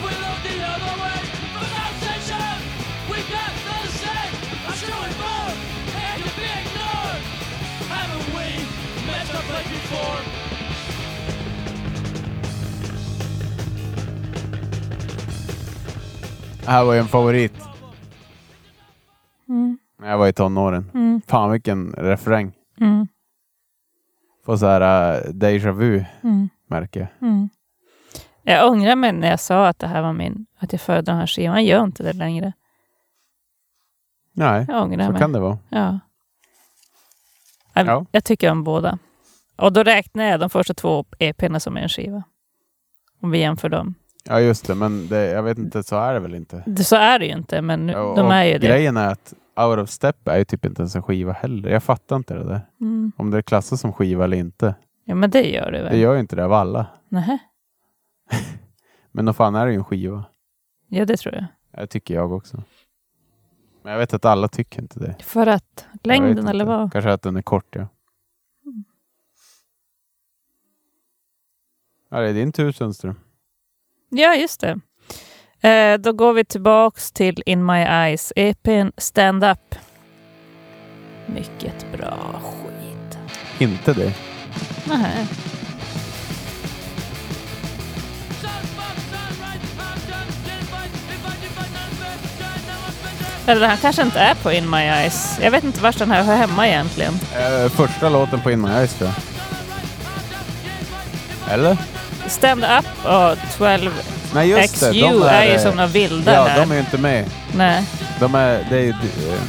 [SPEAKER 7] We look the other way for that station.
[SPEAKER 1] form.
[SPEAKER 2] Det här var ju en favorit. När jag var i tonåren. Fan vilken refräng.
[SPEAKER 3] Mm.
[SPEAKER 2] Får så här uh, déjà vu
[SPEAKER 3] Mm.
[SPEAKER 2] märker jag.
[SPEAKER 3] Jag ångrar mig när jag sa att det här var min, att jag föredrar den här skivan. Jag gör inte det längre.
[SPEAKER 2] Nej,
[SPEAKER 3] Jag ångrar
[SPEAKER 2] så
[SPEAKER 3] mig.
[SPEAKER 2] kan det vara.
[SPEAKER 3] Ja. Jag,
[SPEAKER 2] Ja.
[SPEAKER 3] jag tycker om båda. Och då räknar jag de första två EP'na som en skiva. Om vi jämför dem.
[SPEAKER 2] Ja just det, men det, jag vet inte, så är det väl inte.
[SPEAKER 3] Det- Så är det ju inte, men nu,
[SPEAKER 2] Ja,
[SPEAKER 3] de
[SPEAKER 2] och
[SPEAKER 3] är ju det.
[SPEAKER 2] Grejen är att Out of Step är ju typ inte ens en skiva heller. Jag fattar inte det där.
[SPEAKER 3] Mm.
[SPEAKER 2] Om det klassas som skiva eller inte.
[SPEAKER 3] Ja, men det gör det väl?
[SPEAKER 2] Det gör ju inte det av alla.
[SPEAKER 3] Nähä.
[SPEAKER 2] Men nog fan är det ju en skiva.
[SPEAKER 3] Ja, det tror jag.
[SPEAKER 2] Det tycker jag också. Men jag vet att alla tycker inte det.
[SPEAKER 3] För att
[SPEAKER 2] Jag vet
[SPEAKER 3] längden
[SPEAKER 2] inte.
[SPEAKER 3] eller vad?
[SPEAKER 2] Kanske att den är kort, ja. Ja, det är din tur Sundström.
[SPEAKER 3] Ja, just det. Eh, då går vi tillbaks till In My Eyes, EPn Stand Up. Mycket bra skit.
[SPEAKER 2] Inte det.
[SPEAKER 3] Nähä. Eller han kanske inte är på In My Eyes. Jag vet inte vart den här hör hemma egentligen.
[SPEAKER 2] Eh, första låten på In My Eyes tror jag. Eller?
[SPEAKER 3] Stand Up och 12
[SPEAKER 2] Nej just det.
[SPEAKER 3] XU är, ju
[SPEAKER 2] eh,
[SPEAKER 3] som några vilda
[SPEAKER 2] Ja,
[SPEAKER 3] här.
[SPEAKER 2] de är ju inte med.
[SPEAKER 3] Nej.
[SPEAKER 2] De är... Det är ju... Eh,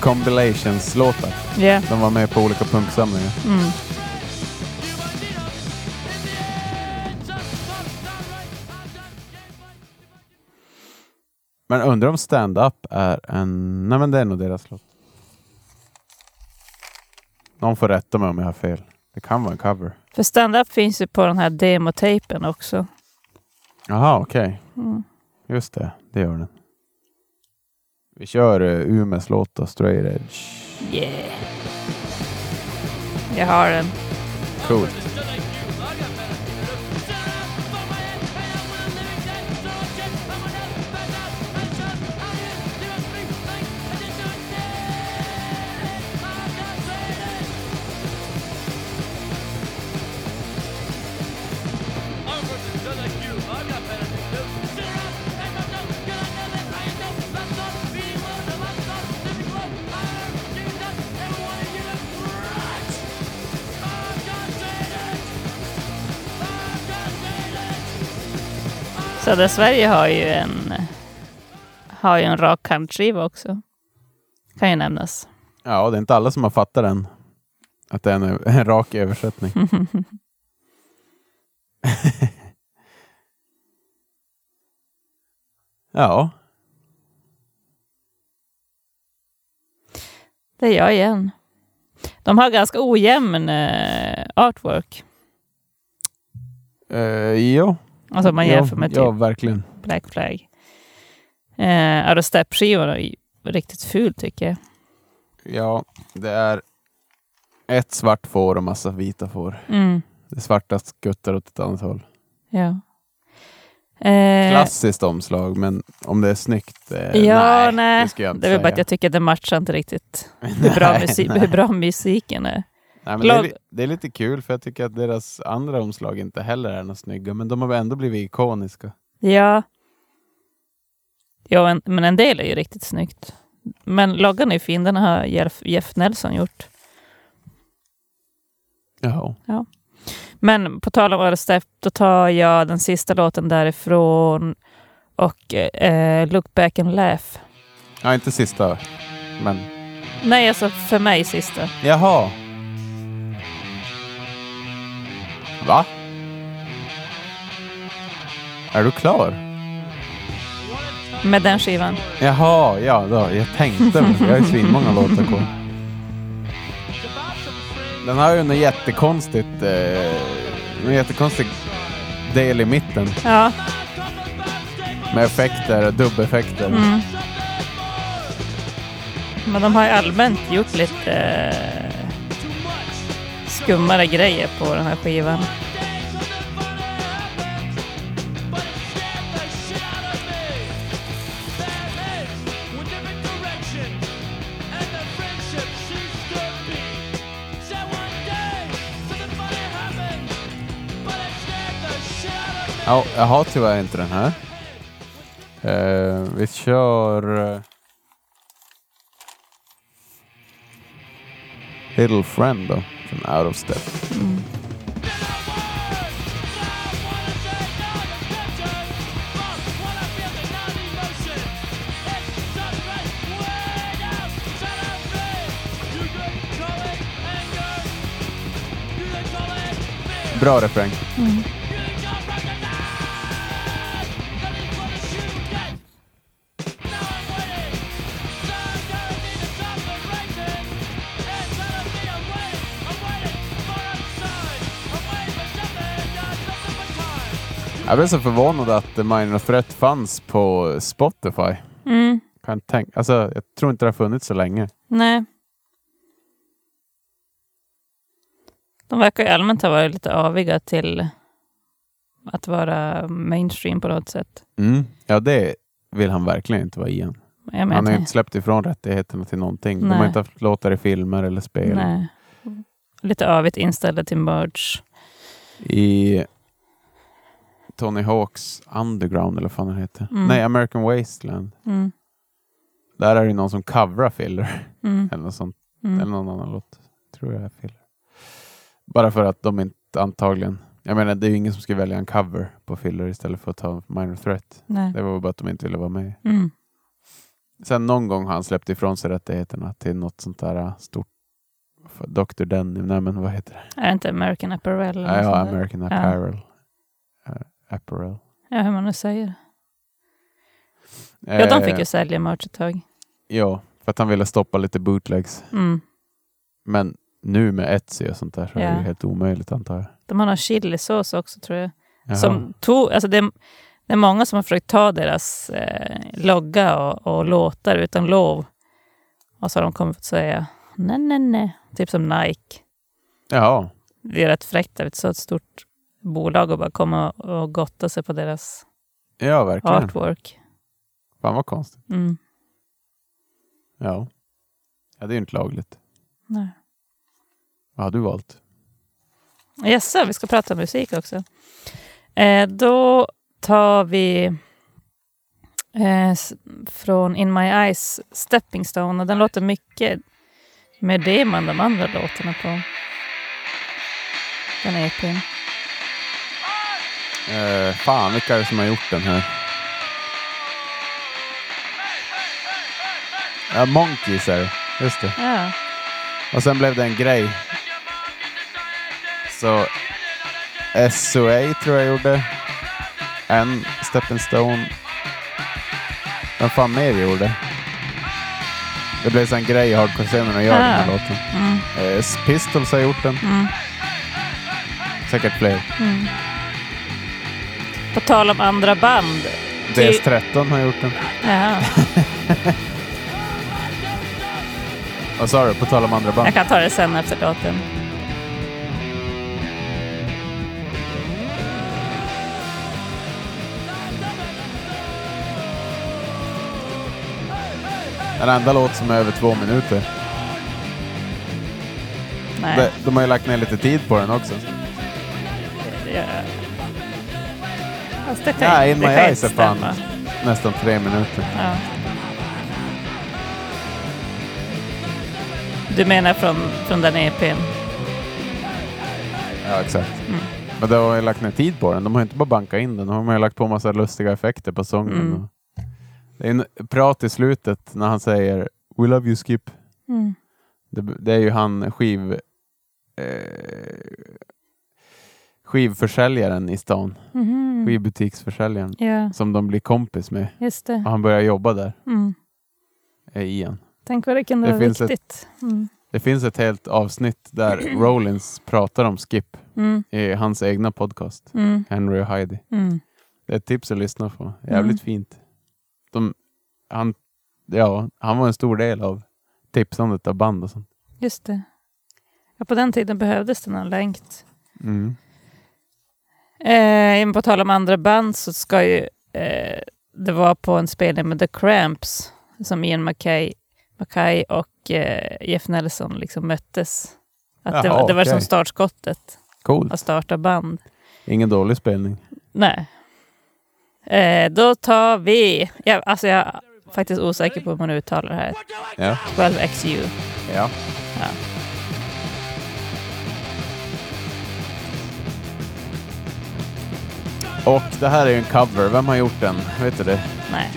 [SPEAKER 2] compilations-låtar.
[SPEAKER 3] Ja.
[SPEAKER 2] De var med på olika punksamlingar. Men undrar om stand-up är en... Nej men det är nog deras låt. Någon får rätta mig om jag har fel. Det kan vara en cover.
[SPEAKER 3] För Stand Up finns ju på den här demotejpen också.
[SPEAKER 2] Jaha, okej. Just det, det gör den. Vi kör eh, Umeås låt då, Straight Edge.
[SPEAKER 3] Yeah. Jag har den.
[SPEAKER 2] Coolt.
[SPEAKER 3] Södra Sverige har ju en har ju en rak kantskiva också. Kan ju nämnas.
[SPEAKER 2] Ja, det är inte alla som har fattat den. Att det är en, ö- en rak översättning. ja,
[SPEAKER 3] Det är jag igen. De har ganska ojämn eh, artwork.
[SPEAKER 2] uh, jo.
[SPEAKER 3] Alltså om man
[SPEAKER 2] ja,
[SPEAKER 3] jämför med typ
[SPEAKER 2] Ja, verkligen.
[SPEAKER 3] Black Flag. Eh, Out of Step-skivan är ju riktigt ful tycker jag.
[SPEAKER 2] Ja, det är ett svart får och massa vita får.
[SPEAKER 3] Mm,
[SPEAKER 2] Det svarta skuttar åt ett annat håll.
[SPEAKER 3] ja. Eh,
[SPEAKER 2] Klassiskt omslag, men om det är snyggt? Eh,
[SPEAKER 3] Ja, nej.
[SPEAKER 2] Det, skulle jag inte
[SPEAKER 3] Det är väl bara
[SPEAKER 2] säga.
[SPEAKER 3] att jag tycker att det matchar inte riktigt hur bra,
[SPEAKER 2] Nej,
[SPEAKER 3] musik,
[SPEAKER 2] nej.
[SPEAKER 3] hur bra musiken är.
[SPEAKER 2] Nej, men det, är,
[SPEAKER 3] Glad-
[SPEAKER 2] li- det är lite kul för jag tycker att deras andra omslag inte heller är några snygga, men de har väl ändå blivit ikoniska.
[SPEAKER 3] Ja. ja en, men en del är ju riktigt snyggt. Men loggan är ju fin, den har Jeff, Jeff Nelson gjort.
[SPEAKER 2] Ja.
[SPEAKER 3] Men på tal om Öre Step, då tar jag den sista låten därifrån och eh, Look Back and Laugh.
[SPEAKER 2] ja, inte sista, men
[SPEAKER 3] Nej, alltså för mig sista.
[SPEAKER 2] jaha. Va? Är du klar?
[SPEAKER 3] Med den skivan.
[SPEAKER 2] Jaha, ja, då, jag tänkte väl. Jag har ju svinmånga låtar kvar. Den har ju något jättekonstigt, eh, någon jättekonstig del i mitten
[SPEAKER 3] Ja,
[SPEAKER 2] med effekter, dubbeffekter.
[SPEAKER 3] men de har ju allmänt gjort lite eh, skummare grejer på den här skivan.
[SPEAKER 7] With different direction and the friendship she stood me. Said we're
[SPEAKER 2] Ja, jag har tyvärr inte den här. Eh, vi kör... eh, Little Friend då, från Out of Step. Bra refräng. Jag blev så förvånad att The Minor Threat fanns på Spotify.
[SPEAKER 3] Mm.
[SPEAKER 2] Kan tänka. Alltså, jag tror inte det har funnits så länge.
[SPEAKER 3] Nej. De verkar ju allmänt ha varit lite aviga till att vara mainstream på något sätt.
[SPEAKER 2] Mm. Ja, det vill han verkligen inte vara igen.
[SPEAKER 3] Jag menar,
[SPEAKER 2] Han har ju inte släppt ifrån rättigheterna till någonting. De har
[SPEAKER 3] Nej.
[SPEAKER 2] inte haft låtar i filmer eller spel.
[SPEAKER 3] nej. Lite avigt inställda till merch.
[SPEAKER 2] I Tony Hawks Underground, eller vad fan den heter.
[SPEAKER 3] Mm.
[SPEAKER 2] Nej, American Wasteland.
[SPEAKER 3] Mm.
[SPEAKER 2] Där är det ju någon som coverar Filler.
[SPEAKER 3] Mm.
[SPEAKER 2] Eller, något sånt.
[SPEAKER 3] Mm.
[SPEAKER 2] eller någon annan låt. Tror jag är Filler. Bara för att de inte antagligen... Jag menar, det är ju ingen som skulle välja en cover på Filler istället för att ta Minor Threat.
[SPEAKER 3] Nej.
[SPEAKER 2] Det var bara att de inte ville vara med.
[SPEAKER 3] Mm.
[SPEAKER 2] Sen någon gång har han släppt ifrån sig rättigheterna till något sånt där äh, stort... Dr. Denim, nej men vad heter det?
[SPEAKER 3] Är det inte American Apparel? eller
[SPEAKER 2] Ja,
[SPEAKER 3] något
[SPEAKER 2] ja,
[SPEAKER 3] sånt där?
[SPEAKER 2] American Apparel. Eh, apparel.
[SPEAKER 3] Ja, hur man nu säger. Ja,
[SPEAKER 2] Eh,
[SPEAKER 3] de fick ju sälja merch ett tag.
[SPEAKER 2] Ja, för att han ville stoppa lite bootlegs.
[SPEAKER 3] Mm.
[SPEAKER 2] Men nu med Etsy och sånt där så är det
[SPEAKER 3] Ja.
[SPEAKER 2] ju helt omöjligt antar jag.
[SPEAKER 3] De har någon chilisås också tror jag.
[SPEAKER 2] Jaha.
[SPEAKER 3] Som tog, alltså det, det är många som har försökt ta deras eh, logga och, och låtar utan lov. Och så har de kommit att säga nej, nej, nej. Typ som Nike.
[SPEAKER 2] Jaha.
[SPEAKER 3] Det är rätt fräckt av ett så stort bolag att bara komma och gotta sig på deras
[SPEAKER 2] Ja, verkligen.
[SPEAKER 3] artwork.
[SPEAKER 2] Fan vad konstigt.
[SPEAKER 3] Mm.
[SPEAKER 2] Ja. Ja, det är ju inte lagligt.
[SPEAKER 3] Nej.
[SPEAKER 2] Vad har du valt?
[SPEAKER 3] Jaså, vi ska prata om musik också. Eh, då tar vi eh, s- från In My Eyes, Stepping Stone. Och den låter mycket med det man de andra låtarna på. Den EPn.
[SPEAKER 2] Eh, fan, vilka är det som har gjort den här? Ja, Monkeys är det. Just det.
[SPEAKER 3] Ja.
[SPEAKER 2] Och sen blev det en grej. Så SOA tror jag gjorde. En Stepping Stone. Vem fan mer gjorde? Det blev så en grej i hardcore-scenen att göra den här
[SPEAKER 3] Ah.
[SPEAKER 2] låten. Eh, Pistols har gjort den.
[SPEAKER 3] Mm.
[SPEAKER 2] Säkert fler.
[SPEAKER 3] På tal om andra band. Ty-
[SPEAKER 2] DS13 har gjort den.
[SPEAKER 3] ja.
[SPEAKER 2] Vad sa du? På tal om andra band.
[SPEAKER 3] Jag kan ta det sen efter låten.
[SPEAKER 2] Den enda låt som är över två minuter.
[SPEAKER 3] Nej.
[SPEAKER 2] De, de har ju lagt ner lite tid på den också.
[SPEAKER 3] Ja. Fast det kan-
[SPEAKER 2] Nej, In
[SPEAKER 3] det
[SPEAKER 2] My
[SPEAKER 3] kan
[SPEAKER 2] Eyes
[SPEAKER 3] inte
[SPEAKER 2] är fan
[SPEAKER 3] stämma.
[SPEAKER 2] nästan tre minuter.
[SPEAKER 3] Ja. Du menar från, från den E EPn?
[SPEAKER 2] Ja, exakt. Men de har ju lagt ner tid på den. De har ju inte bara bankat in den. De har ju lagt på en massa lustiga effekter på sången.
[SPEAKER 3] Mm.
[SPEAKER 2] Och det är en prat i slutet när han säger We love you Skip.
[SPEAKER 3] Mm.
[SPEAKER 2] Det, det är ju han skiv... Eh, skivförsäljaren i stan. Skivbutiksförsäljaren.
[SPEAKER 3] Mm-hmm. Ja,
[SPEAKER 2] Som de blir kompis med.
[SPEAKER 3] just det.
[SPEAKER 2] Och han börjar jobba där
[SPEAKER 3] Mm.
[SPEAKER 2] eh, igen.
[SPEAKER 3] Tänk vad det kunde
[SPEAKER 2] Det
[SPEAKER 3] vara
[SPEAKER 2] finns ett-
[SPEAKER 3] viktigt. Mm.
[SPEAKER 2] Det finns ett helt avsnitt där Rollins pratar om Skip
[SPEAKER 3] Mm.
[SPEAKER 2] i hans egna podcast.
[SPEAKER 3] Mm.
[SPEAKER 2] Henry och Heidi.
[SPEAKER 3] Mm.
[SPEAKER 2] Det är ett tips att lyssna på. Jävligt fint. De, han, ja, han var en stor del av tipsandet av band och sånt.
[SPEAKER 3] Just det. Ja, på den tiden behövdes det någon länk.
[SPEAKER 2] Mm.
[SPEAKER 3] Eh, men på tal om andra band så ska ju eh, det vara på en spelning med The Cramps som Ian McKay, McKay och eh, Jeff Nelson liksom möttes. Att det,
[SPEAKER 2] Jaha,
[SPEAKER 3] det var
[SPEAKER 2] okej.
[SPEAKER 3] som startskottet
[SPEAKER 2] Coolt.
[SPEAKER 3] att starta band.
[SPEAKER 2] Ingen dålig spelning.
[SPEAKER 3] Nej, Eh, då tar vi... Ja, alltså jag är faktiskt osäker på hur man uttalar det här.
[SPEAKER 2] Ja.
[SPEAKER 3] 12XU.
[SPEAKER 2] ja. Och det här är ju en cover. Vem har gjort den? Vet du det?
[SPEAKER 3] Nej.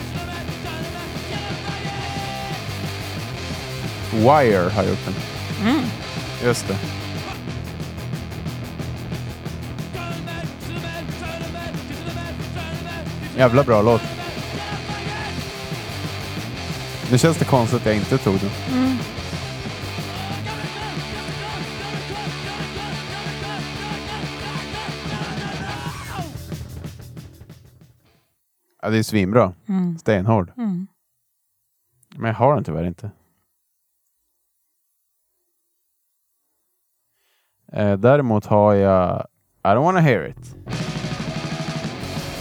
[SPEAKER 2] Wire har gjort den. Just det. Jävla bra låt. Nu känns det konstigt att jag inte tog den. Ja, det är svinbra. Stenhård. Men jag har den tyvärr inte. Eh, däremot har jag I don't wanna hear it.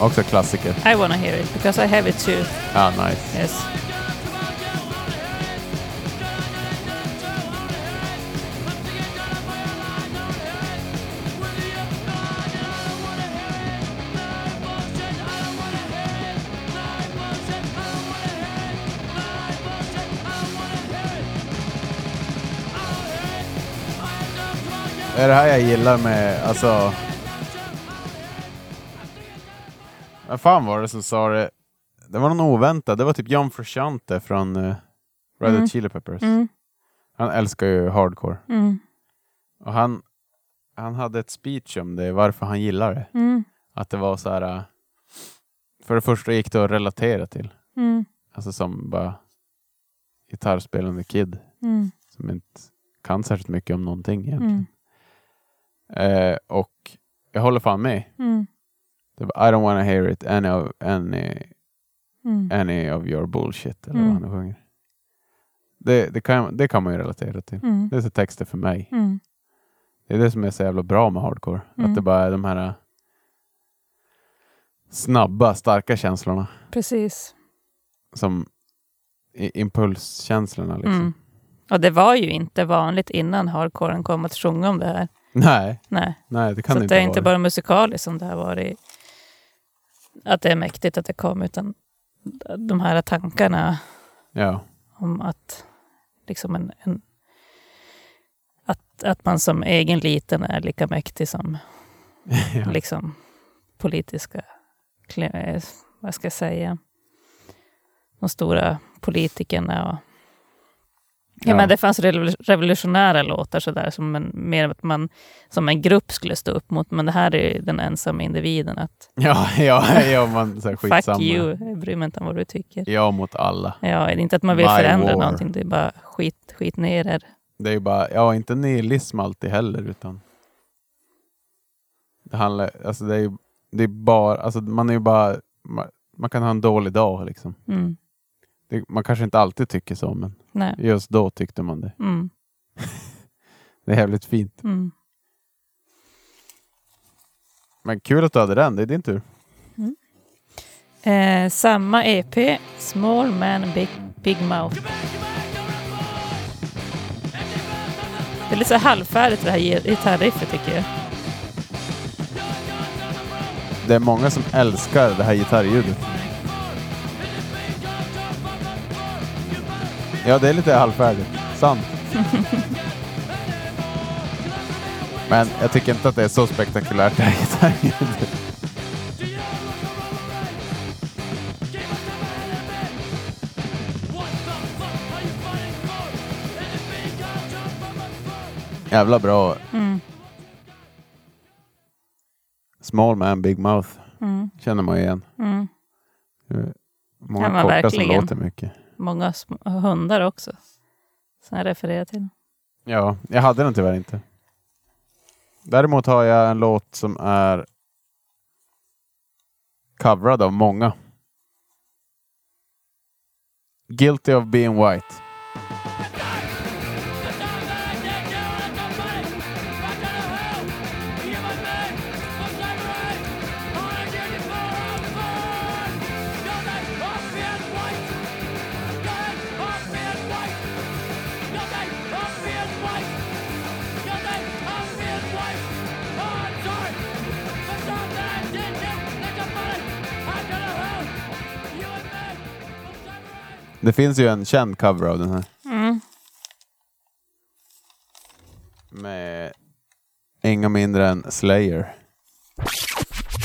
[SPEAKER 2] Också klassiker.
[SPEAKER 3] I wanna hear it because I have it too.
[SPEAKER 2] Ah, nice.
[SPEAKER 3] Yes.
[SPEAKER 2] Det är det här jag gillar med, alltså... Vad fan var det som sa det? Det var någon oväntad. Det var typ John Frusciante från eh, Red Hot Chili Peppers. Han älskar ju hardcore. Och han, han hade ett speech om det, varför han gillar det. Att det var så här... eh, För det första gick det att relatera till. Alltså som bara gitarrspelande kid. Som inte kan särskilt mycket om någonting egentligen. Eh, och jag håller fan med.
[SPEAKER 3] Mm.
[SPEAKER 2] Det var, I don't wanna hear it any of, any,
[SPEAKER 3] Mm.
[SPEAKER 2] any of your bullshit. Eller vad han sjunger. Det, det, kan, det kan man ju relatera till.
[SPEAKER 3] Mm.
[SPEAKER 2] Det är så texter för mig. Det är det som är så jävla bra med hardcore.
[SPEAKER 3] Mm.
[SPEAKER 2] Att det bara är de här eh, snabba, starka känslorna.
[SPEAKER 3] Precis.
[SPEAKER 2] Som i- impulskänslorna liksom.
[SPEAKER 3] Mm. Och det var ju inte vanligt innan hardcoren kom att sjunga om det här.
[SPEAKER 2] Nej,
[SPEAKER 3] Nej.
[SPEAKER 2] nej, det kan
[SPEAKER 3] så att
[SPEAKER 2] det inte
[SPEAKER 3] det är
[SPEAKER 2] vara.
[SPEAKER 3] inte bara musikaliskt som det har varit. Att det är mäktigt att det kom, utan de här tankarna
[SPEAKER 2] Ja,
[SPEAKER 3] om att liksom en, en att, att man som egen liten är lika mäktig som
[SPEAKER 2] Ja.
[SPEAKER 3] liksom politiska, kle- eh, vad ska jag säga, de stora politikerna och Ja,
[SPEAKER 2] Ja.
[SPEAKER 3] men det fanns revol- revolutionära låtar sådär, som en, mer att man som en grupp skulle stå upp mot. Men det här är ju den ensamma individen. att
[SPEAKER 2] ja, ja, ja man säger skitsamma.
[SPEAKER 3] Fuck you, jag bryr mig inte om vad du tycker.
[SPEAKER 2] Ja mot alla.
[SPEAKER 3] Ja, det är inte att man vill
[SPEAKER 2] My
[SPEAKER 3] förändra
[SPEAKER 2] war.
[SPEAKER 3] någonting, det är bara skit, skit ner er.
[SPEAKER 2] Det är ju bara, ja inte nihilism alltid heller utan det handlar, alltså det är ju det är bara, alltså man är ju bara, man, man kan ha en dålig dag liksom.
[SPEAKER 3] Mm.
[SPEAKER 2] Det, man kanske inte alltid tycker så men
[SPEAKER 3] Nej.
[SPEAKER 2] just då tyckte man det.
[SPEAKER 3] Mm.
[SPEAKER 2] Det är jävligt fint.
[SPEAKER 3] Mm.
[SPEAKER 2] Men kul att du hade den, det är din tur.
[SPEAKER 3] Eh, samma EP, Small Man Big, Big Mouth. Det är lite så här halvfärdigt det här gi- gitarriffet tycker jag.
[SPEAKER 2] Det är många som älskar det här gitarrljudet. Ja, det är lite halvfärdigt. Sant. Men jag tycker inte att det är så spektakulärt det här gitarrljudet. Jävla bra.
[SPEAKER 3] Mm.
[SPEAKER 2] Small man, big mouth.
[SPEAKER 3] Mm.
[SPEAKER 2] Känner man ju igen. Eh, Många
[SPEAKER 3] Kan man
[SPEAKER 2] korta
[SPEAKER 3] verkligen.
[SPEAKER 2] som låter mycket.
[SPEAKER 3] Många sm- hundar också. Som jag refererar till.
[SPEAKER 2] Ja, jag hade den tyvärr inte. Däremot har jag en låt som är coverad av många. Guilty of being white.
[SPEAKER 7] I'm gonna
[SPEAKER 2] Det finns ju en känd cover av den här.
[SPEAKER 3] Mm.
[SPEAKER 2] Med inga mindre än Slayer.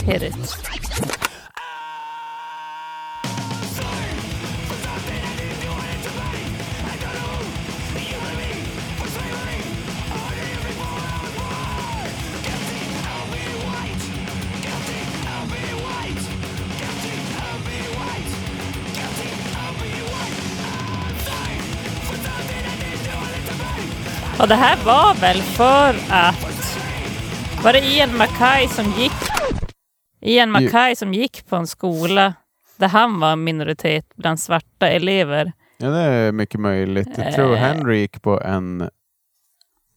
[SPEAKER 3] Hit it. Och det här var väl för att... Var det Ian Mackay som gick... Ian Mackay som gick på en skola där han var en minoritet bland svarta elever.
[SPEAKER 2] Ja, det är mycket möjligt. Jag tror
[SPEAKER 3] Eh.
[SPEAKER 2] Henry gick på en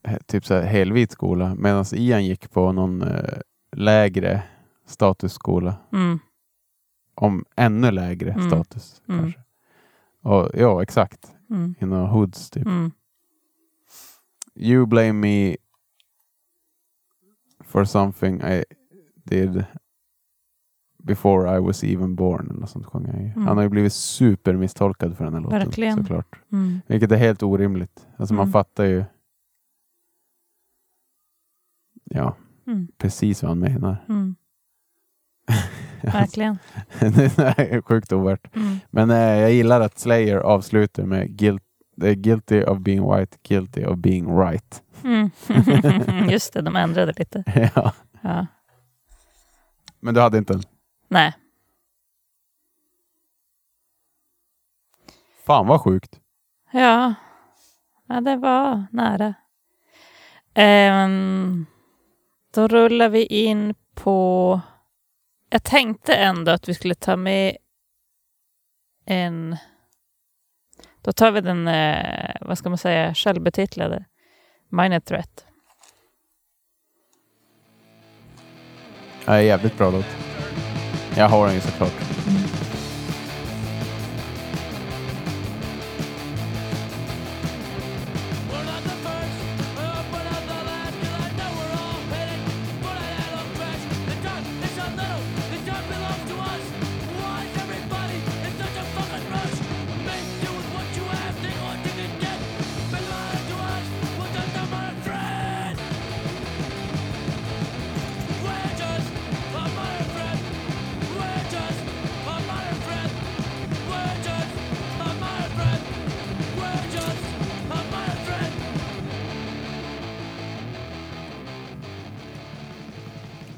[SPEAKER 2] eh, typ så här helvit skola medan Ian gick på någon eh, lägre statusskola.
[SPEAKER 3] Mm.
[SPEAKER 2] Om ännu lägre
[SPEAKER 3] Mm.
[SPEAKER 2] status
[SPEAKER 3] Mm.
[SPEAKER 2] kanske. Och, ja, exakt.
[SPEAKER 3] Mm.
[SPEAKER 2] Inom hoods typ.
[SPEAKER 3] Mm.
[SPEAKER 2] You blame me for something I did before I was even born. Eller något sånt sjöng han ju.
[SPEAKER 3] Mm.
[SPEAKER 2] Han har ju blivit supermisstolkad för den här låten
[SPEAKER 3] Verkligen.
[SPEAKER 2] såklart.
[SPEAKER 3] Mm.
[SPEAKER 2] Vilket är helt orimligt. Alltså man
[SPEAKER 3] Mm.
[SPEAKER 2] fattar ju ja,
[SPEAKER 3] Mm.
[SPEAKER 2] precis vad han menar.
[SPEAKER 3] Mm. Verkligen.
[SPEAKER 2] det är sjukt ovärt.
[SPEAKER 3] Mm.
[SPEAKER 2] Men eh, jag gillar att Slayer avslutar med guilt, eh, guilty of being white, guilty of being right.
[SPEAKER 3] Mm. Just det, de ändrade lite.
[SPEAKER 2] ja.
[SPEAKER 3] Ja.
[SPEAKER 2] Men du hade inte en?
[SPEAKER 3] Nej.
[SPEAKER 2] Fan vad sjukt.
[SPEAKER 3] Ja. ja, det var nära. Ehm, då rullar vi in på... Jag tänkte ändå att vi skulle ta med en... Då tar vi den, eh, vad ska man säga, självbetitlade. Minor Threat.
[SPEAKER 2] Ja, det är jävligt bra låt. Jag har den ju såklart.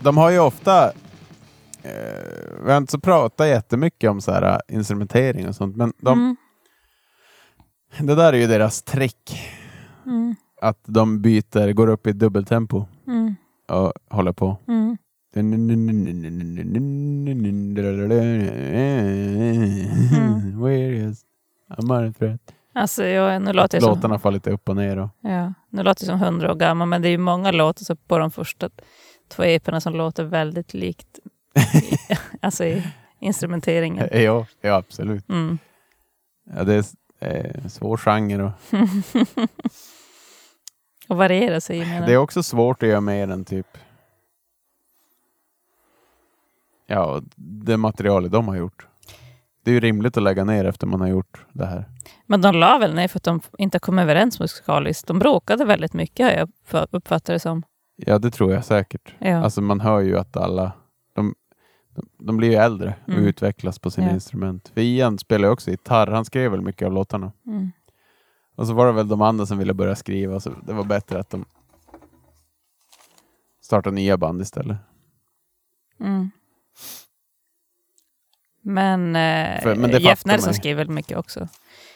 [SPEAKER 2] De har ju ofta... Eh, vi har inte så pratat jättemycket om så här, eh, instrumentering och sånt, men de,
[SPEAKER 3] Mm.
[SPEAKER 2] det där är ju deras trick.
[SPEAKER 3] Mm.
[SPEAKER 2] Att de byter, går upp i dubbeltempo
[SPEAKER 3] Mm.
[SPEAKER 2] och håller på.
[SPEAKER 3] Mm.
[SPEAKER 2] Where is Amar Threat?
[SPEAKER 3] Alltså, jag, nu låter jag som
[SPEAKER 2] Låtarna faller lite upp och ner. Och,
[SPEAKER 3] Ja, nu låter det som hundra år gammal, men det är ju många låtar så på de första två EPerna som låter väldigt likt i- alltså i instrumenteringen.
[SPEAKER 2] ja, ja, absolut.
[SPEAKER 3] Mm.
[SPEAKER 2] Ja, det är s- eh, svår genre. Och,
[SPEAKER 3] Och varierar sig, menar
[SPEAKER 2] det är också svårt att göra med den typ... Ja, och det materialet de har gjort. Det är ju rimligt att lägga ner efter man har gjort det här.
[SPEAKER 3] Men de la väl ner för att de inte kom överens musikaliskt. De bråkade väldigt mycket, har jag uppfa- uppfattat det som.
[SPEAKER 2] Ja, det tror jag säkert.
[SPEAKER 3] Ja.
[SPEAKER 2] Alltså man hör ju att alla, de, de, de blir ju äldre och
[SPEAKER 3] Mm.
[SPEAKER 2] utvecklas på sina
[SPEAKER 3] Ja.
[SPEAKER 2] instrument. För Ian spelar ju också gitarr, han skrev väl mycket av låtarna.
[SPEAKER 3] Mm.
[SPEAKER 2] Och så var det väl de andra som ville börja skriva, så det var bättre att de startade nya band istället.
[SPEAKER 3] Mm. Men, eh,
[SPEAKER 2] För- men det
[SPEAKER 3] Jeff
[SPEAKER 2] fattar man
[SPEAKER 3] Nelson
[SPEAKER 2] ju.
[SPEAKER 3] skrev väl mycket också.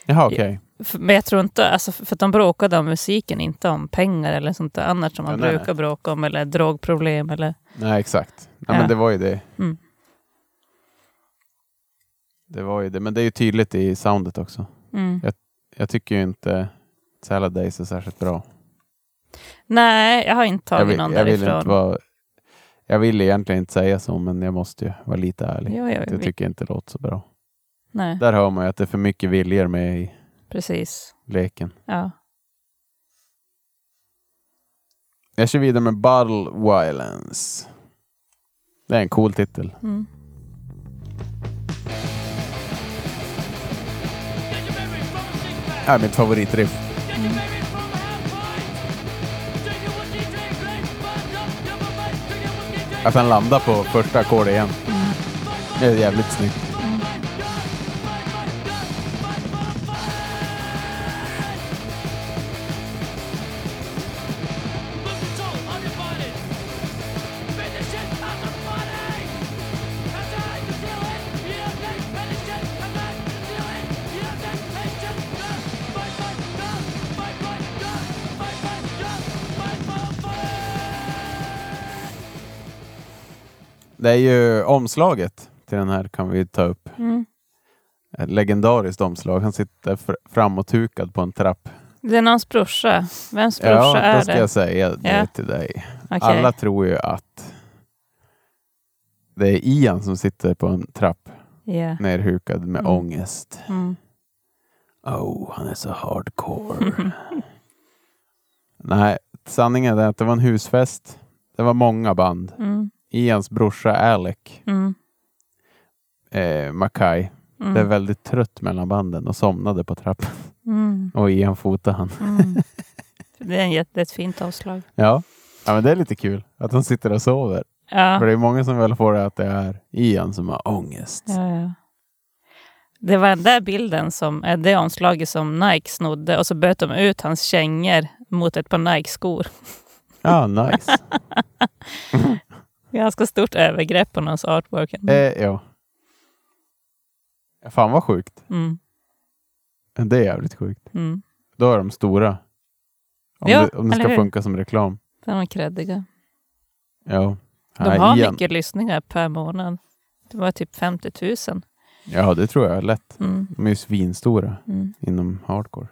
[SPEAKER 2] Jaha, okej.
[SPEAKER 3] F- Men jag tror inte, alltså f- för att de bråkade om musiken, inte om pengar eller sånt där annat som man
[SPEAKER 2] Ja, nej, nej.
[SPEAKER 3] brukar bråka om, eller drogproblem eller...
[SPEAKER 2] Nej, exakt. Nej,
[SPEAKER 3] Ja.
[SPEAKER 2] men det var ju det.
[SPEAKER 3] Mm.
[SPEAKER 2] Det var ju det, men det är ju tydligt i soundet också.
[SPEAKER 3] Mm.
[SPEAKER 2] Jag tycker ju inte Salad Days är särskilt bra.
[SPEAKER 3] Nej, jag har inte tagit
[SPEAKER 2] jag vill,
[SPEAKER 3] någon
[SPEAKER 2] jag vill
[SPEAKER 3] därifrån.
[SPEAKER 2] inte vara... Jag vill egentligen inte säga så, men jag måste ju vara lite ärlig.
[SPEAKER 3] Jo, jag,
[SPEAKER 2] Jag tycker inte det låter så bra.
[SPEAKER 3] nej,
[SPEAKER 2] Där hör man ju att det är för mycket viljor med i
[SPEAKER 3] precis.
[SPEAKER 2] leken.
[SPEAKER 3] Ja.
[SPEAKER 2] Jag kör vidare med Battle Violence. Det är en cool titel.
[SPEAKER 3] Mm.
[SPEAKER 7] Did you
[SPEAKER 2] är mitt favoritriff. Att han landar på första ackordet igen.
[SPEAKER 3] Mm.
[SPEAKER 2] Det är jävligt snyggt. Det är ju omslaget till den här kan vi ta upp.
[SPEAKER 3] Mm.
[SPEAKER 2] Ett legendariskt omslag. Han sitter fr- framåthukad på en trapp.
[SPEAKER 3] Det är någons brorsa. Vems brorsa
[SPEAKER 2] Ja,
[SPEAKER 3] är
[SPEAKER 2] då ska
[SPEAKER 3] det?
[SPEAKER 2] jag säga det
[SPEAKER 3] Ja.
[SPEAKER 2] till dig.
[SPEAKER 3] Okej.
[SPEAKER 2] Alla tror ju att det är Ian som sitter på en trapp
[SPEAKER 3] Ja.
[SPEAKER 2] nerhukad med
[SPEAKER 3] Mm.
[SPEAKER 2] ångest.
[SPEAKER 3] Mm.
[SPEAKER 2] Oh, han är så hardcore.
[SPEAKER 3] Mm-hmm.
[SPEAKER 2] Nej, sanningen är att det var en husfest. Det var många band.
[SPEAKER 3] Mm.
[SPEAKER 2] Ians brorsa Alec,
[SPEAKER 3] Mm.
[SPEAKER 2] eh, Mackay,
[SPEAKER 3] Mm.
[SPEAKER 2] blev väldigt trött mellan banden och somnade på trappan.
[SPEAKER 3] Mm.
[SPEAKER 2] Och Ian fotade han.
[SPEAKER 3] Mm. Det är en jätte, det är ett fint avslag.
[SPEAKER 2] Ja. ja, men det är lite kul att han sitter och sover.
[SPEAKER 3] Ja.
[SPEAKER 2] För det är många som väl får det att det är Ian som har ångest.
[SPEAKER 3] Ja, ja. Det var den där bilden, som, eh, det omslaget som Nike snodde och så böt de ut hans kängor mot ett par Nike-skor.
[SPEAKER 2] Ja, nice.
[SPEAKER 3] Ganska stort övergrepp på någons artwork. Mm, ändå.
[SPEAKER 2] eh, ja. Fan vad sjukt.
[SPEAKER 3] Mm,
[SPEAKER 2] Det är jävligt sjukt.
[SPEAKER 3] mm.
[SPEAKER 2] Då är de stora. Om,
[SPEAKER 3] Ja,
[SPEAKER 2] det, om det
[SPEAKER 3] eller
[SPEAKER 2] ska
[SPEAKER 3] hur?
[SPEAKER 2] funka som reklam.
[SPEAKER 3] De är creddiga.
[SPEAKER 2] Ja.
[SPEAKER 3] De
[SPEAKER 2] Nej,
[SPEAKER 3] har
[SPEAKER 2] Ian.
[SPEAKER 3] mycket lyssningar per månad. Det var typ 50 000.
[SPEAKER 2] Ja, det tror jag. Lätt.
[SPEAKER 3] Mm,
[SPEAKER 2] De är ju svinstora
[SPEAKER 3] mm.
[SPEAKER 2] inom hardcore.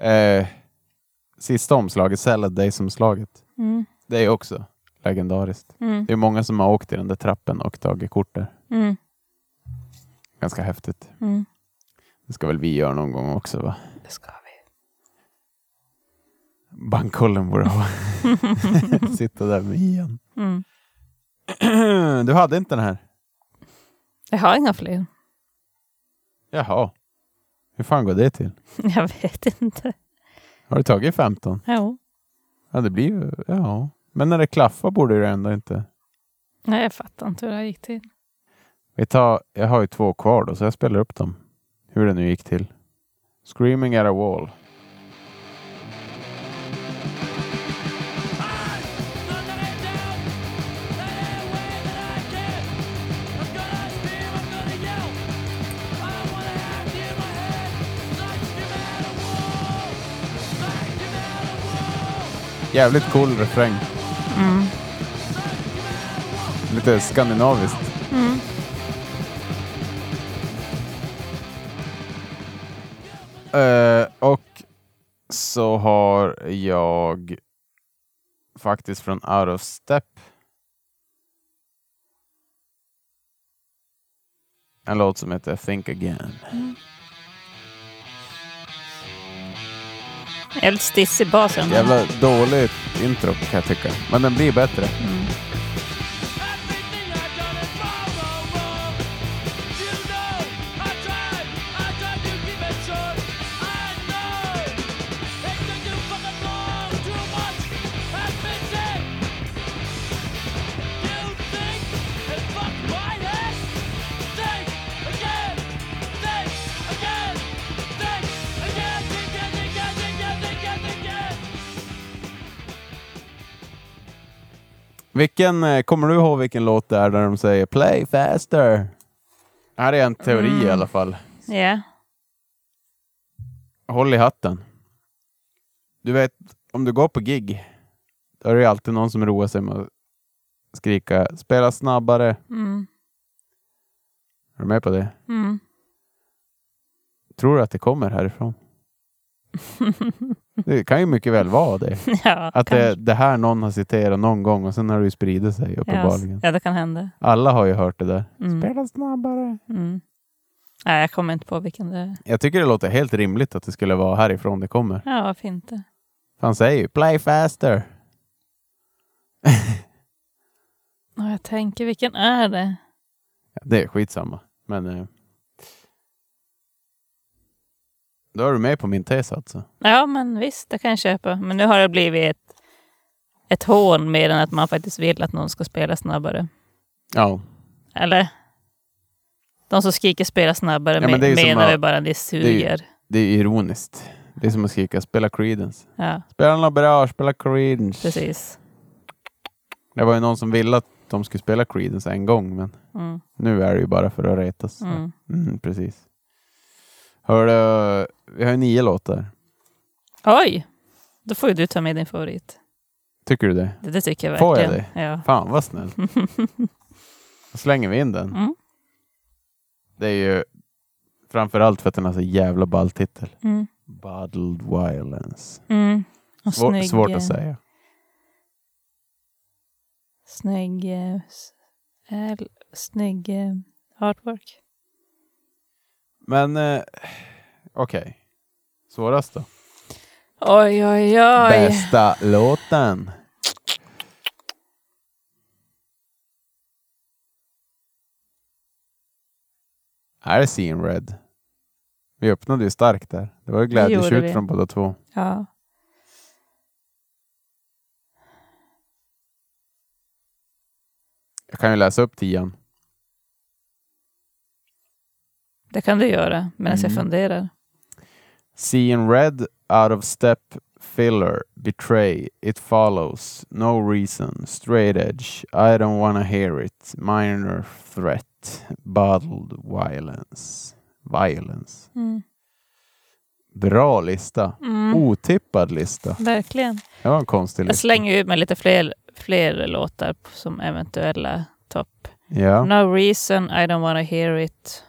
[SPEAKER 2] Eh, sista omslaget, Salad Days-omslaget.
[SPEAKER 3] Mm,
[SPEAKER 2] Det är också legendariskt.
[SPEAKER 3] mm,
[SPEAKER 2] Det är många som har åkt i den där trappen och tagit kort där.
[SPEAKER 3] mm,
[SPEAKER 2] Ganska häftigt.
[SPEAKER 3] mm.
[SPEAKER 2] Det ska väl vi göra någon gång också va?
[SPEAKER 3] Det ska vi.
[SPEAKER 2] Bankkollen borde ha. Sitta där med Ian.
[SPEAKER 3] Mm.
[SPEAKER 2] du hade inte den här?
[SPEAKER 3] Jag har inga fler.
[SPEAKER 2] Jaha. Hur fan går det till?
[SPEAKER 3] Jag vet inte.
[SPEAKER 2] Har du tagit 15?
[SPEAKER 3] Jo.
[SPEAKER 2] Ja, det blir ju... Ja. Men när det klaffar borde det ändå inte...
[SPEAKER 3] Nej, jag fattar inte hur det här gick till.
[SPEAKER 2] Vi tar, jag har ju två kvar då, så jag spelar upp dem. Hur det nu gick till. Screaming at a wall. Jävligt cool refräng. Lite skandinaviskt. Eh, och så har jag faktiskt från Out of Step. En låt som heter Think Again.
[SPEAKER 3] Jag är lite stissig i basen.
[SPEAKER 2] Jävla dåligt intro kan jag tycka. Men den blir bättre. Vilken, eh, kommer du ihåg vilken låt det är där de säger Play faster? Här är en teori i alla fall.
[SPEAKER 3] Ja.
[SPEAKER 2] Håll i hatten. Du vet, om du går på gig, då är det ju alltid någon som roar sig med att skrika spela snabbare.
[SPEAKER 3] Mm.
[SPEAKER 2] Är du med på det?
[SPEAKER 3] Mm.
[SPEAKER 2] Tror du att det kommer härifrån? det kan ju mycket väl vara det.
[SPEAKER 3] Ja,
[SPEAKER 2] Att
[SPEAKER 3] kanske.
[SPEAKER 2] det, det här någon har citerat någon gång och sen har det ju spridit sig uppenbarligen.
[SPEAKER 3] Ja, det kan hända.
[SPEAKER 2] Alla har ju hört det där.
[SPEAKER 3] Mm.
[SPEAKER 2] Spela snabbare.
[SPEAKER 3] Mm. Nej, jag kommer inte på vilken det är.
[SPEAKER 2] Jag tycker det låter helt rimligt att det skulle vara härifrån det kommer.
[SPEAKER 3] Ja, varför inte?
[SPEAKER 2] Han säger ju play faster.
[SPEAKER 3] Ja, jag tänker, vilken är det?
[SPEAKER 2] Ja, det är skitsamma. Men eh, Då är du med på min tes alltså.
[SPEAKER 3] Ja, men visst, det kan jag köpa. Men nu har det blivit ett, ett hån mer än att man faktiskt vill att någon ska spela snabbare.
[SPEAKER 2] Ja.
[SPEAKER 3] Eller? De som skriker spela snabbare
[SPEAKER 2] Ja, men det är ju som
[SPEAKER 3] menar
[SPEAKER 2] att-
[SPEAKER 3] ju bara att det suger.
[SPEAKER 2] Det är ironiskt. Det är som att skrika spela Creedence.
[SPEAKER 3] Ja,
[SPEAKER 2] Spela något bra, spela Creedence.
[SPEAKER 3] precis.
[SPEAKER 2] Det var ju någon som ville att de skulle spela Creedence en gång, men
[SPEAKER 3] Mm.
[SPEAKER 2] nu är det ju bara för att retas.
[SPEAKER 3] Mm.
[SPEAKER 2] Mm, precis. Hör du, vi har ju nio låtar.
[SPEAKER 3] Oj! Då får ju du ta med din favorit.
[SPEAKER 2] Tycker du det?
[SPEAKER 3] Det, det tycker jag
[SPEAKER 2] Får jag
[SPEAKER 3] verkligen. Ja.
[SPEAKER 2] Fan vad snällt. Då slänger vi in den.
[SPEAKER 3] Mm.
[SPEAKER 2] Det är ju framförallt för att den har så jävla ball titel.
[SPEAKER 3] Mm.
[SPEAKER 2] Bottled Violence.
[SPEAKER 3] Mm. Och
[SPEAKER 2] Svår,
[SPEAKER 3] snygg,
[SPEAKER 2] svårt
[SPEAKER 3] eh,
[SPEAKER 2] att säga.
[SPEAKER 3] Snygg, eh, s- äl- snygg eh, artwork.
[SPEAKER 2] Men eh, okej. Svårast då?
[SPEAKER 3] Oj, oj, oj.
[SPEAKER 2] Bästa låten. Här är Seeing Red. Vi öppnade ju starkt där. Det var ju
[SPEAKER 3] Det gjorde
[SPEAKER 2] glädjetjut
[SPEAKER 3] vi.
[SPEAKER 2] från båda två.
[SPEAKER 3] Ja.
[SPEAKER 2] Jag kan ju läsa upp tian.
[SPEAKER 3] Det kan du göra medan jag
[SPEAKER 2] Mm.
[SPEAKER 3] funderar.
[SPEAKER 2] Seeing Red, Out of Step, Filler, Betray, It Follows, No Reason, Straight Edge, I Don't Wanna Hear It, Minor Threat, Bottled Violence. Violence.
[SPEAKER 3] Mm.
[SPEAKER 2] Bra lista. Otippad lista.
[SPEAKER 3] Verkligen.
[SPEAKER 2] Det var en konstig
[SPEAKER 3] Jag
[SPEAKER 2] lista.
[SPEAKER 3] slänger ut med lite fler, fler låtar p- som eventuella topp.
[SPEAKER 2] Ja.
[SPEAKER 3] No reason, I don't wanna hear it.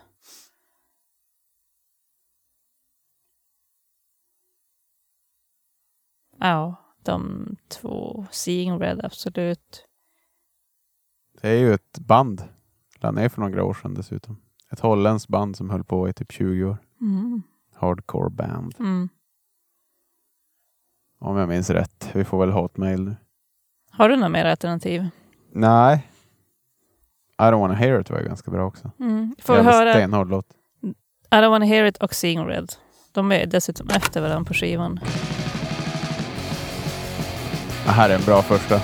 [SPEAKER 3] Ja, de två. Seeing Red, absolut.
[SPEAKER 2] Det är ju ett band. La ner för några år sedan dessutom. Ett holländskt band som höll på i typ 20 år.
[SPEAKER 3] Mm.
[SPEAKER 2] Hardcore band.
[SPEAKER 3] Mm.
[SPEAKER 2] Om jag minns rätt. Vi får väl hotmail nu.
[SPEAKER 3] Har du några mer alternativ?
[SPEAKER 2] Nej. I don't wanna hear it var ju ganska bra också.
[SPEAKER 3] Mm. Får vi
[SPEAKER 2] Jävla
[SPEAKER 3] höra
[SPEAKER 2] Stenhård låt.
[SPEAKER 3] I don't wanna hear it och Seeing Red. De är dessutom efter varandra på skivan.
[SPEAKER 2] Det här är en bra första.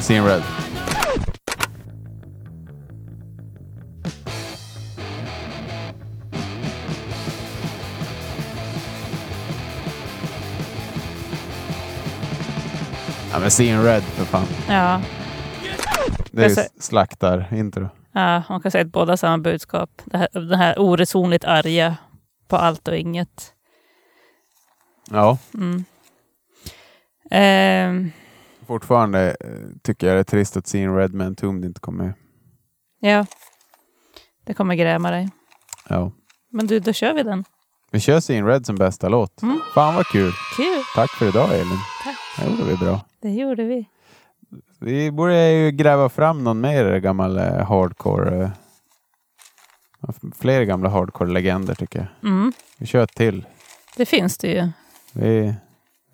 [SPEAKER 2] Seeing Red. Ja men Seeing Red för fan.
[SPEAKER 3] Ja,
[SPEAKER 2] Det är
[SPEAKER 3] Jag
[SPEAKER 2] ju
[SPEAKER 3] ser-
[SPEAKER 2] slaktar intro.
[SPEAKER 3] ja man kan säga att båda har samma budskap. Det här, det här oresonligt arga på allt och inget.
[SPEAKER 2] Ja.
[SPEAKER 3] Mm. Ehm,
[SPEAKER 2] Fortfarande eh, tycker jag det är trist att Seeing Red med en tumd inte kom med.
[SPEAKER 3] ja, det kommer gräma dig.
[SPEAKER 2] Ja.
[SPEAKER 3] Men du, då kör vi den.
[SPEAKER 2] Vi kör Seeing Red som bästa låt. Fan vad kul.
[SPEAKER 3] Kul,
[SPEAKER 2] Tack för idag Elin.
[SPEAKER 3] Mm. Tack.
[SPEAKER 2] Det gjorde vi bra.
[SPEAKER 3] det gjorde vi.
[SPEAKER 2] Vi borde ju gräva fram någon mer gammal eh, hardcore. eh, Fler gamla hardcore-legender tycker jag.
[SPEAKER 3] Mm.
[SPEAKER 2] Vi kör ett till.
[SPEAKER 3] Det finns det ju.
[SPEAKER 2] Vi,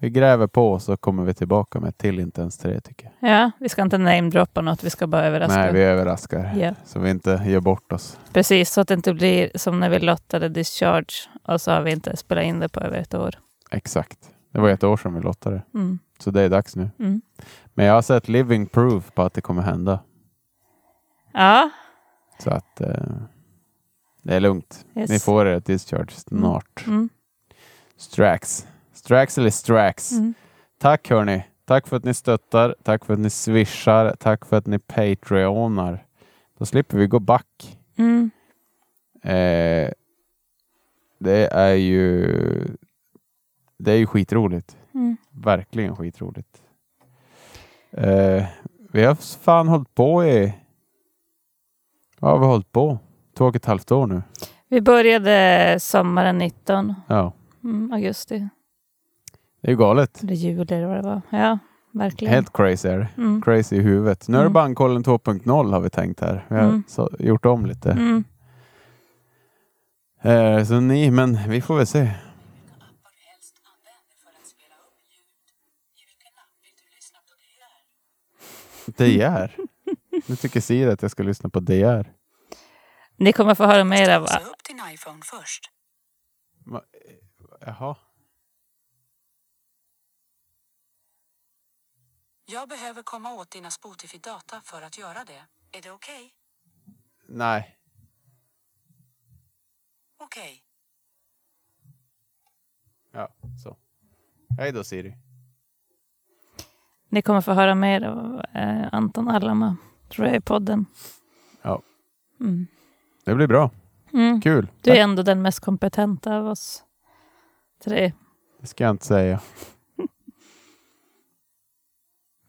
[SPEAKER 2] vi gräver på så kommer vi tillbaka med ett till inte ens tre tycker jag.
[SPEAKER 3] Ja, vi ska inte namedroppa något, vi ska bara överraska.
[SPEAKER 2] Nej, vi överraskar.
[SPEAKER 3] Ja.
[SPEAKER 2] Så vi inte gör bort oss.
[SPEAKER 3] Precis, så att det inte blir som när vi lottade Discharge och så har vi inte spelat in det på över ett år.
[SPEAKER 2] Exakt. Det var ett år sedan vi lottade.
[SPEAKER 3] Mm.
[SPEAKER 2] Så det är dags nu.
[SPEAKER 3] Mm.
[SPEAKER 2] Men jag har sett living proof på att det kommer hända.
[SPEAKER 3] Ja,
[SPEAKER 2] Så att eh, det är lugnt.
[SPEAKER 3] Yes.
[SPEAKER 2] Ni får er discharge snart.
[SPEAKER 3] Mm.
[SPEAKER 2] Strax. Strax eller strax.
[SPEAKER 3] Mm.
[SPEAKER 2] Tack hörni. Tack för att ni stöttar. Tack för att ni swishar. Tack för att ni patreonar. Då slipper vi gå back.
[SPEAKER 3] mm.
[SPEAKER 2] Eh, det är ju det är ju skitroligt.
[SPEAKER 3] Mm.
[SPEAKER 2] Verkligen skitroligt. Eh, vi har fan hållit på i... Vad har vi hållit på? Två och ett halvt år nu.
[SPEAKER 3] vi började sommaren 19,
[SPEAKER 2] Ja.
[SPEAKER 3] mm, augusti,
[SPEAKER 2] Det är ju galet.
[SPEAKER 3] eller juli eller vad det var. Ja, verkligen.
[SPEAKER 2] Helt crazy är det.
[SPEAKER 3] Mm.
[SPEAKER 2] Crazy i huvudet. Nu är det
[SPEAKER 3] Mm.
[SPEAKER 2] bandkollen 2.0 har vi tänkt här. Vi har
[SPEAKER 3] Mm.
[SPEAKER 2] så, gjort om lite.
[SPEAKER 3] Mm.
[SPEAKER 2] Eh, så ni, men vi får väl se. Det är. Nu tycker Siri att jag ska lyssna på DR.
[SPEAKER 7] Ni kommer få höra mer av...
[SPEAKER 8] Så upp din iPhone först.
[SPEAKER 2] Va- eh, Jaha.
[SPEAKER 8] Jag behöver komma åt dina Spotify-data för att göra det. Är det okej?
[SPEAKER 2] Nej.
[SPEAKER 8] Okej.
[SPEAKER 2] Ja, så. Hej då Siri.
[SPEAKER 7] Ni kommer få höra mer av eh, Anton Allama, tror jag, i podden.
[SPEAKER 2] Ja.
[SPEAKER 7] Mm.
[SPEAKER 2] Det blir bra.
[SPEAKER 7] Mm.
[SPEAKER 2] Kul.
[SPEAKER 7] Du är ändå den mest kompetenta av oss tre.
[SPEAKER 2] Det ska jag inte säga.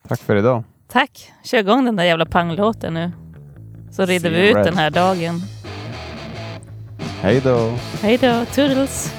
[SPEAKER 2] Tack för idag.
[SPEAKER 7] Tack! Kör igång den där jävla panglåten nu. Så rider
[SPEAKER 2] See
[SPEAKER 7] vi ut
[SPEAKER 2] red.
[SPEAKER 7] den här dagen.
[SPEAKER 2] Hej då.
[SPEAKER 7] Hej då, toodles!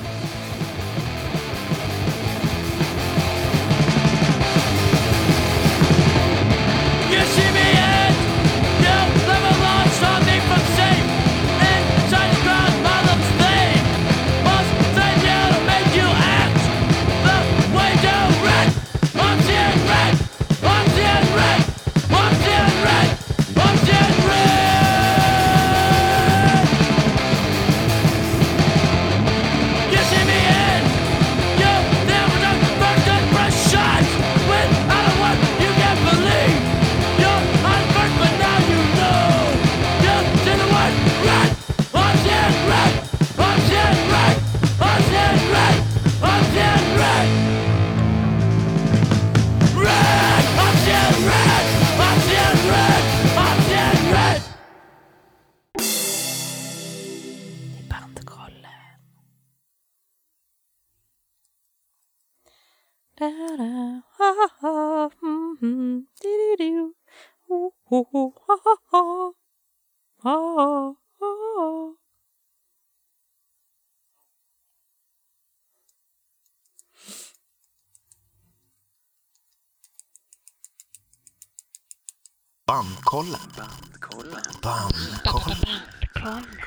[SPEAKER 7] Bandkollen. Da-da. Ah, ah, mm, mm.
[SPEAKER 3] Mm-hmm.
[SPEAKER 7] Di-di-du. Oh, oh, oh, ah, ah. Ah, ah.
[SPEAKER 3] Bandkollen. Bandkollen. Bandkollen.